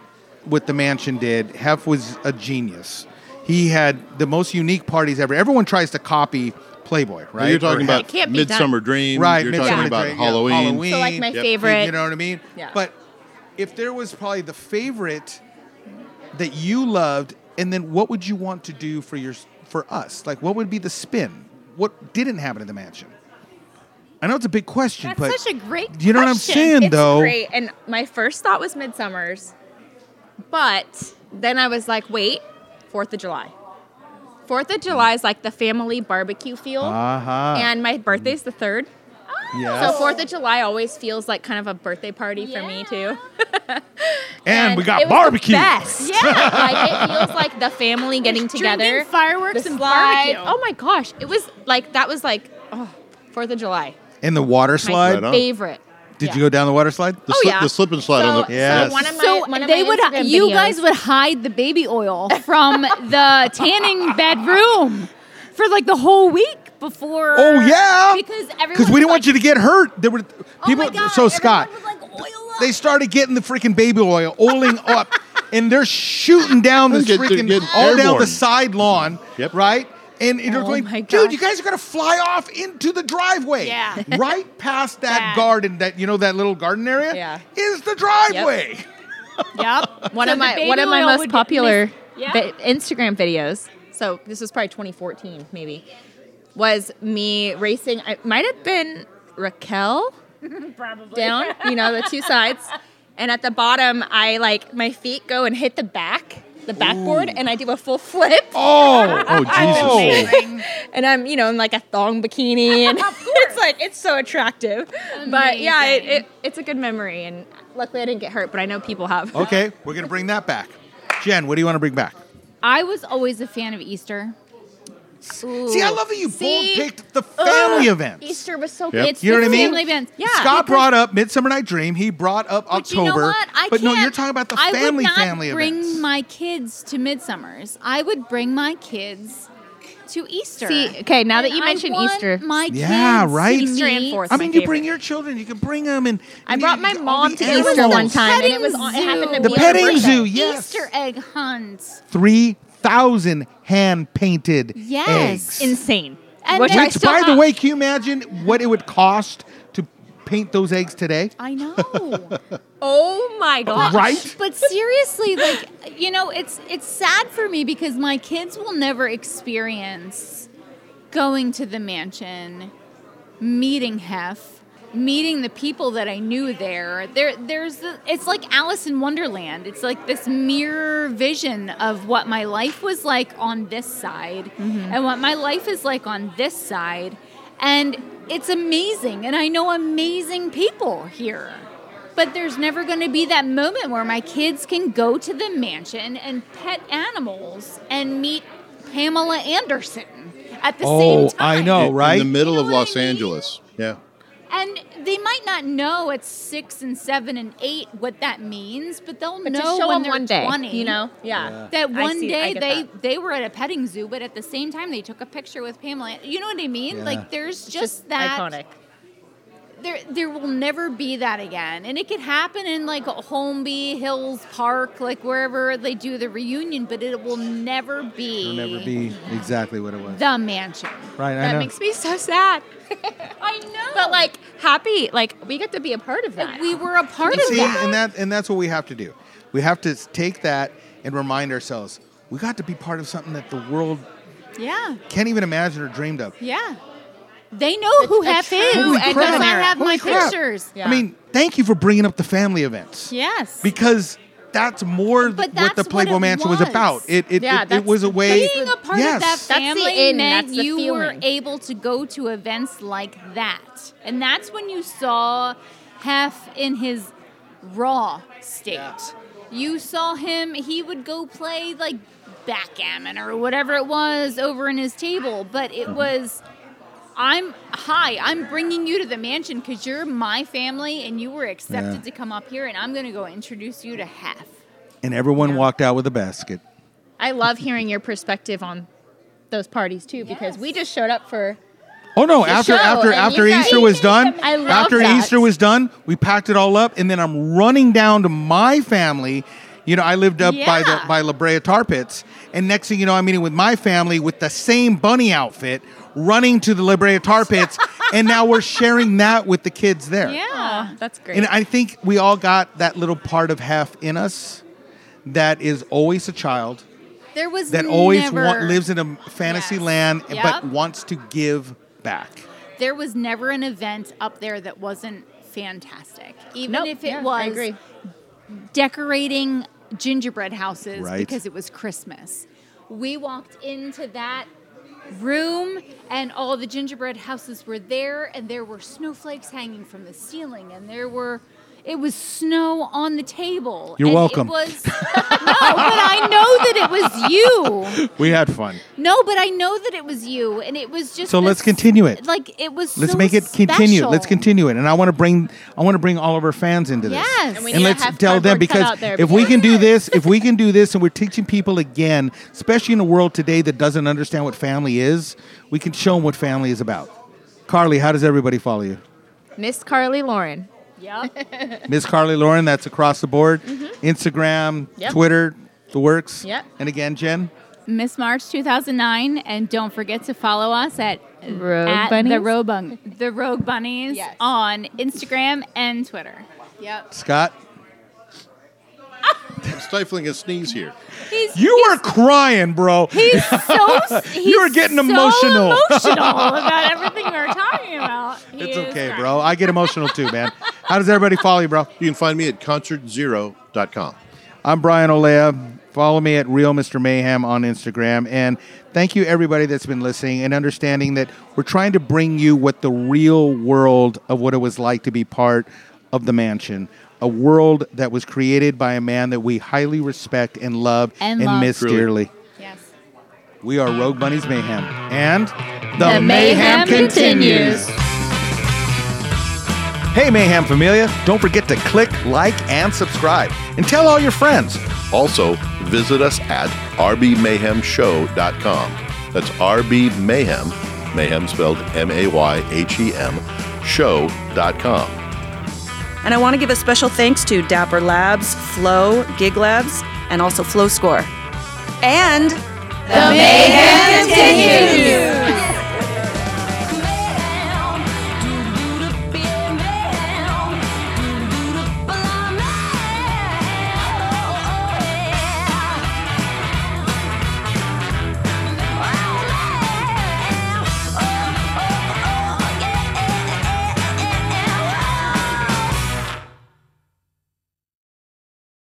Speaker 7: what the mansion did hef was a genius he had the most unique parties ever everyone tries to copy playboy right
Speaker 5: You're talking
Speaker 7: Or
Speaker 5: about
Speaker 7: Hef.
Speaker 8: can't be
Speaker 5: Midsummer Dream.
Speaker 7: right
Speaker 5: You're
Speaker 7: Midsummer
Speaker 5: talking about
Speaker 7: Dream, yeah,
Speaker 5: Halloween.
Speaker 8: So like my
Speaker 5: Yep.
Speaker 8: favorite.
Speaker 7: you know what I mean?
Speaker 8: Yeah.
Speaker 7: But if there was probably the favorite that you loved, and then what would you want to do for your for us? Like, what would be the spin? What didn't happen at the mansion? I know it's a big question,
Speaker 3: That's
Speaker 7: but
Speaker 3: such a great
Speaker 7: you know what I'm
Speaker 3: question.
Speaker 7: saying,
Speaker 8: it's
Speaker 7: though.
Speaker 8: great. And my first thought was Midsummer's, but then I was like, wait, Fourth of July. Fourth of July is like the family barbecue feel,
Speaker 7: Uh-huh.
Speaker 8: and my birthday's the third.
Speaker 7: Yes.
Speaker 8: So Fourth of July always feels like kind of a birthday party for me too.
Speaker 7: and, we got
Speaker 8: it was
Speaker 7: barbecue.
Speaker 8: The best. Yeah, like it feels like the family getting together.
Speaker 3: Drinking fireworks
Speaker 8: The
Speaker 3: and
Speaker 8: slide.
Speaker 3: barbecue.
Speaker 8: Oh my gosh, it was like that was like oh, Fourth of July.
Speaker 7: And the water
Speaker 8: My
Speaker 7: slide.
Speaker 5: Right on.
Speaker 8: favorite.
Speaker 7: Did you go down the water slide?
Speaker 5: The,
Speaker 8: Oh,
Speaker 5: uh, slip,
Speaker 8: yeah.
Speaker 5: the slip and slide
Speaker 8: So,
Speaker 5: on the.
Speaker 8: so
Speaker 7: Yes.
Speaker 8: one of my,
Speaker 3: so
Speaker 8: one of
Speaker 3: they
Speaker 8: my
Speaker 3: would
Speaker 8: Instagram
Speaker 3: you
Speaker 8: videos-
Speaker 3: guys would hide the baby oil from the tanning bedroom for like the whole week before
Speaker 7: Oh yeah,
Speaker 3: because everyone
Speaker 7: because we didn't want you to get hurt. There were people.
Speaker 3: oh my God,
Speaker 7: so Scott,
Speaker 3: everyone would, like, oil up.
Speaker 7: they started getting the freaking baby oil oiling up and they're shooting down this
Speaker 5: Get-
Speaker 7: freaking
Speaker 5: get
Speaker 7: all down
Speaker 5: airborne.
Speaker 7: the side lawn
Speaker 5: Yep.
Speaker 7: right and and they're
Speaker 8: Oh
Speaker 7: going
Speaker 8: my
Speaker 7: dude
Speaker 8: gosh.
Speaker 7: you guys are going to fly off into the driveway
Speaker 3: Yeah.
Speaker 7: right past that
Speaker 3: Bad.
Speaker 7: garden that you know that little garden area
Speaker 8: Yeah.
Speaker 7: is the driveway
Speaker 3: yep
Speaker 8: one
Speaker 3: So
Speaker 8: of
Speaker 3: the
Speaker 8: my
Speaker 3: baby
Speaker 8: one of my
Speaker 3: oil
Speaker 8: most
Speaker 3: would get
Speaker 8: popular
Speaker 3: mixed- Yeah.
Speaker 8: vi- Instagram videos. So this was probably 2014, maybe. Was me racing? I might have been Raquel
Speaker 3: probably
Speaker 8: down, you know, the two sides, and at the bottom, I like my feet go and hit the back, the backboard, and I do a full flip,
Speaker 7: oh
Speaker 5: Oh Jesus!
Speaker 8: and I'm, you know, in like a thong bikini, and it's like it's so attractive. But yeah, it,
Speaker 3: Amazing.
Speaker 8: it, it's a good memory, and luckily I didn't get hurt, but I know people have.
Speaker 7: okay we're going to bring that back jen what do you want to bring back
Speaker 3: I was always a fan of Easter.
Speaker 7: See, I
Speaker 6: Ooh.
Speaker 7: love that you
Speaker 6: See?
Speaker 7: bold picked the family
Speaker 6: Ugh,
Speaker 7: events.
Speaker 6: Easter was so
Speaker 7: Yep.
Speaker 6: good.
Speaker 7: you know what I mean?
Speaker 8: family events.
Speaker 6: Yeah.
Speaker 7: Scott brought up Midsummer Night Dream. He brought up
Speaker 8: But
Speaker 7: October.
Speaker 8: you know what? I
Speaker 7: but
Speaker 8: can't,
Speaker 7: no, you're talking about the
Speaker 8: I
Speaker 7: family
Speaker 8: would not
Speaker 7: family
Speaker 8: bring
Speaker 7: events.
Speaker 8: my kids to Midsummer's. I would bring my kids to Easter.
Speaker 6: See, okay, now that
Speaker 8: And
Speaker 6: you
Speaker 8: I
Speaker 6: mentioned
Speaker 8: want
Speaker 6: Easter.
Speaker 8: my kids
Speaker 7: Yeah, right?
Speaker 8: To
Speaker 6: Easter and
Speaker 8: meet-
Speaker 6: Fourth.
Speaker 7: I
Speaker 6: my
Speaker 7: mean, you
Speaker 6: favorite.
Speaker 7: bring your children. You can bring them, and
Speaker 6: I
Speaker 7: you-
Speaker 6: brought my
Speaker 7: all
Speaker 6: mom
Speaker 7: the
Speaker 6: to Easter
Speaker 7: animals.
Speaker 6: one time, and it was
Speaker 8: petting
Speaker 6: it happened to
Speaker 8: zoo.
Speaker 7: The
Speaker 6: be on her
Speaker 7: petting
Speaker 6: birthday.
Speaker 7: zoo, yes.
Speaker 8: Easter egg hunt.
Speaker 7: Three thousand hand painted
Speaker 8: Yes.
Speaker 7: eggs.
Speaker 6: Insane.
Speaker 8: And
Speaker 6: Which
Speaker 8: then-
Speaker 6: I
Speaker 7: Which,
Speaker 6: still
Speaker 7: by the
Speaker 6: have.
Speaker 7: way, can you imagine what it would cost to paint those eggs today?
Speaker 8: I know.
Speaker 6: Oh my gosh.
Speaker 7: Right?
Speaker 8: But seriously, like you know, it's it's sad for me because my kids will never experience going to the mansion, meeting Hef, meeting the people that I knew there. There, there's the, it's like Alice in Wonderland. It's like this mirror vision of what my life was like on this side and what my life is like on this side, and it's amazing. And I know amazing people here. But there's never going to be that moment where my kids can go to the mansion and pet animals and meet Pamela Anderson at the same
Speaker 7: Oh,
Speaker 8: time.
Speaker 7: I know,
Speaker 5: In the
Speaker 7: right?
Speaker 5: middle
Speaker 8: You know
Speaker 5: of
Speaker 8: what I
Speaker 5: Los
Speaker 8: mean?
Speaker 5: Angeles. Yeah.
Speaker 8: And they might not know at six and seven and eight what that means, but they'll
Speaker 6: But to
Speaker 8: know
Speaker 6: show
Speaker 8: when
Speaker 6: them
Speaker 8: they're
Speaker 6: one day,
Speaker 8: 20,
Speaker 6: you know? Yeah.
Speaker 8: That
Speaker 6: I
Speaker 8: one
Speaker 6: see- I
Speaker 8: day
Speaker 6: get
Speaker 8: they,
Speaker 6: that.
Speaker 8: they were at a petting zoo, but at the same time they took a picture with Pamela. You know what I mean?
Speaker 7: Yeah.
Speaker 8: Like there's just,
Speaker 6: Just
Speaker 8: that
Speaker 6: iconic.
Speaker 8: there there will never be that again and it could happen in like holmby hills park like wherever they do the reunion but it will never be
Speaker 7: It'll never be exactly what it was.
Speaker 8: the mansion
Speaker 7: Right, I
Speaker 6: That
Speaker 7: know.
Speaker 6: makes me so sad.
Speaker 8: i know
Speaker 6: But like happy, like we get to be a part of that.
Speaker 8: we were a part
Speaker 7: And
Speaker 8: of
Speaker 7: see,
Speaker 8: that
Speaker 7: and that and that's what we have to do. We have to take that and remind ourselves we got to be part of something that the world
Speaker 8: yeah
Speaker 7: can't even imagine or dreamed of.
Speaker 8: yeah they know who
Speaker 6: a
Speaker 8: Hef
Speaker 6: true
Speaker 8: is
Speaker 6: Holy
Speaker 8: because
Speaker 6: crap.
Speaker 8: i have
Speaker 7: Holy
Speaker 8: my
Speaker 7: crap.
Speaker 8: pictures
Speaker 6: Yeah.
Speaker 7: I mean, thank you for bringing up the family events
Speaker 8: yes
Speaker 7: because that's more
Speaker 8: But
Speaker 7: th- what
Speaker 8: that's
Speaker 7: the
Speaker 8: what
Speaker 7: Playboy
Speaker 8: it
Speaker 7: Mansion was.
Speaker 8: was.
Speaker 7: about. It it,
Speaker 6: Yeah,
Speaker 7: it, it
Speaker 6: that's
Speaker 7: was a
Speaker 6: the-
Speaker 7: way.
Speaker 8: being a part
Speaker 7: yes.
Speaker 8: of that
Speaker 6: That's the
Speaker 8: family
Speaker 6: in,
Speaker 8: meant
Speaker 6: that's the
Speaker 8: you were
Speaker 6: feeling.
Speaker 8: able to go to events like that. And that's when you saw Hef in his raw state. You saw him, he would go play like backgammon or whatever it was over in his table, but it was I'm hi. I'm bringing you to the mansion because you're my family, and you were accepted
Speaker 7: Yeah.
Speaker 8: to come up here. And I'm going to go introduce you to Hef.
Speaker 7: and everyone walked out with a basket.
Speaker 6: I love hearing your perspective on those parties too, because we just showed up for
Speaker 7: Oh no!
Speaker 6: The
Speaker 7: after
Speaker 6: show,
Speaker 7: after
Speaker 6: and
Speaker 7: after
Speaker 6: you guys-
Speaker 7: Easter was done,
Speaker 6: I love
Speaker 7: after
Speaker 6: that.
Speaker 7: Easter was done, we packed it all up, and then I'm running down to my family. You know, I lived up by the
Speaker 8: Yeah.
Speaker 7: by La Brea Tar Pits, and next thing you know, I'm meeting with my family with the same bunny outfit, running to the La Brea Tar Pits, and now we're sharing that with the kids there.
Speaker 8: Yeah,
Speaker 6: that's great.
Speaker 7: And I think we all got that little part of half in us that is always a child
Speaker 8: there was
Speaker 7: that always
Speaker 8: never,
Speaker 7: wa- lives in a fantasy
Speaker 8: Yes.
Speaker 7: land but
Speaker 8: Yep.
Speaker 7: wants to give back.
Speaker 8: there was never an event up there that wasn't fantastic, even
Speaker 6: Nope,
Speaker 8: if it
Speaker 6: yeah,
Speaker 8: was
Speaker 6: I agree.
Speaker 8: decorating gingerbread houses
Speaker 7: Right.
Speaker 8: because it was Christmas. We walked into that room and all the gingerbread houses were there and there were snowflakes hanging from the ceiling and there were it was snow on the table.
Speaker 7: You're
Speaker 8: and
Speaker 7: welcome.
Speaker 8: It was no, but I know that it was you.
Speaker 7: We had fun.
Speaker 8: No, but I know that it was you and it was just
Speaker 7: So let's
Speaker 8: this-
Speaker 7: continue it.
Speaker 8: Like it was
Speaker 7: Let's
Speaker 8: so
Speaker 7: make it continue. Let's
Speaker 8: special.
Speaker 7: continue it. And I want to bring I want to bring all of our fans into this.
Speaker 8: Yes. And
Speaker 6: we
Speaker 7: and,
Speaker 6: need to
Speaker 7: let's
Speaker 6: have
Speaker 7: tell them
Speaker 6: cardboard cut
Speaker 7: because
Speaker 6: out there
Speaker 7: if we
Speaker 6: because-
Speaker 7: can do this, if we can do this and we're teaching people again, especially in a world today that doesn't understand what family is, we can show them what family is about. Carly, how does everybody follow you?
Speaker 6: Miss Carly Lauren.
Speaker 7: Miss Carly Lauren, that's across the board.
Speaker 8: Mm-hmm.
Speaker 7: Instagram,
Speaker 6: Yep.
Speaker 7: Twitter, the works.
Speaker 6: Yep.
Speaker 7: And again, Jen.
Speaker 8: Miss March 2009, and don't forget to follow us at,
Speaker 6: Rogue
Speaker 8: at
Speaker 6: Bunnies?
Speaker 8: the Rogue Bun- the Rogue Bunnies
Speaker 6: Yes.
Speaker 8: on Instagram and Twitter. Yep.
Speaker 7: Scott.
Speaker 5: I'm stifling a sneeze here.
Speaker 8: He's
Speaker 7: You were crying, bro.
Speaker 8: he's so he's
Speaker 7: You were getting
Speaker 8: so
Speaker 7: emotional.
Speaker 8: emotional about everything we were talking about. He
Speaker 7: It's
Speaker 8: is
Speaker 7: okay,
Speaker 8: crying.
Speaker 7: bro. I get emotional too, man. How does everybody follow you, bro?
Speaker 5: You can find me at concertzero.com.
Speaker 7: I'm Brian Olea. Follow me at Real Mr. Mayhem on Instagram. And thank you, everybody that's been listening and understanding that we're trying to bring you what the real world of what it was like to be part of the mansion. A world that was created by a man that we highly respect and love
Speaker 8: And love.
Speaker 7: miss
Speaker 5: Truly.
Speaker 7: dearly.
Speaker 8: Yes.
Speaker 7: We are Rogue Bunny's Mayhem. And the,
Speaker 8: The mayhem continues.
Speaker 7: Hey, Mayhem Familia, don't forget to click, like, and subscribe. And tell all your friends.
Speaker 5: Also, visit us at rbmayhemshow.com. That's RB Mayhem, Mayhem spelled M A Y H E M, show.com.
Speaker 9: And I want to give a special thanks to Dapper Labs, Flow, Gig Labs, and also Flow Score. And
Speaker 12: The mayhem continues.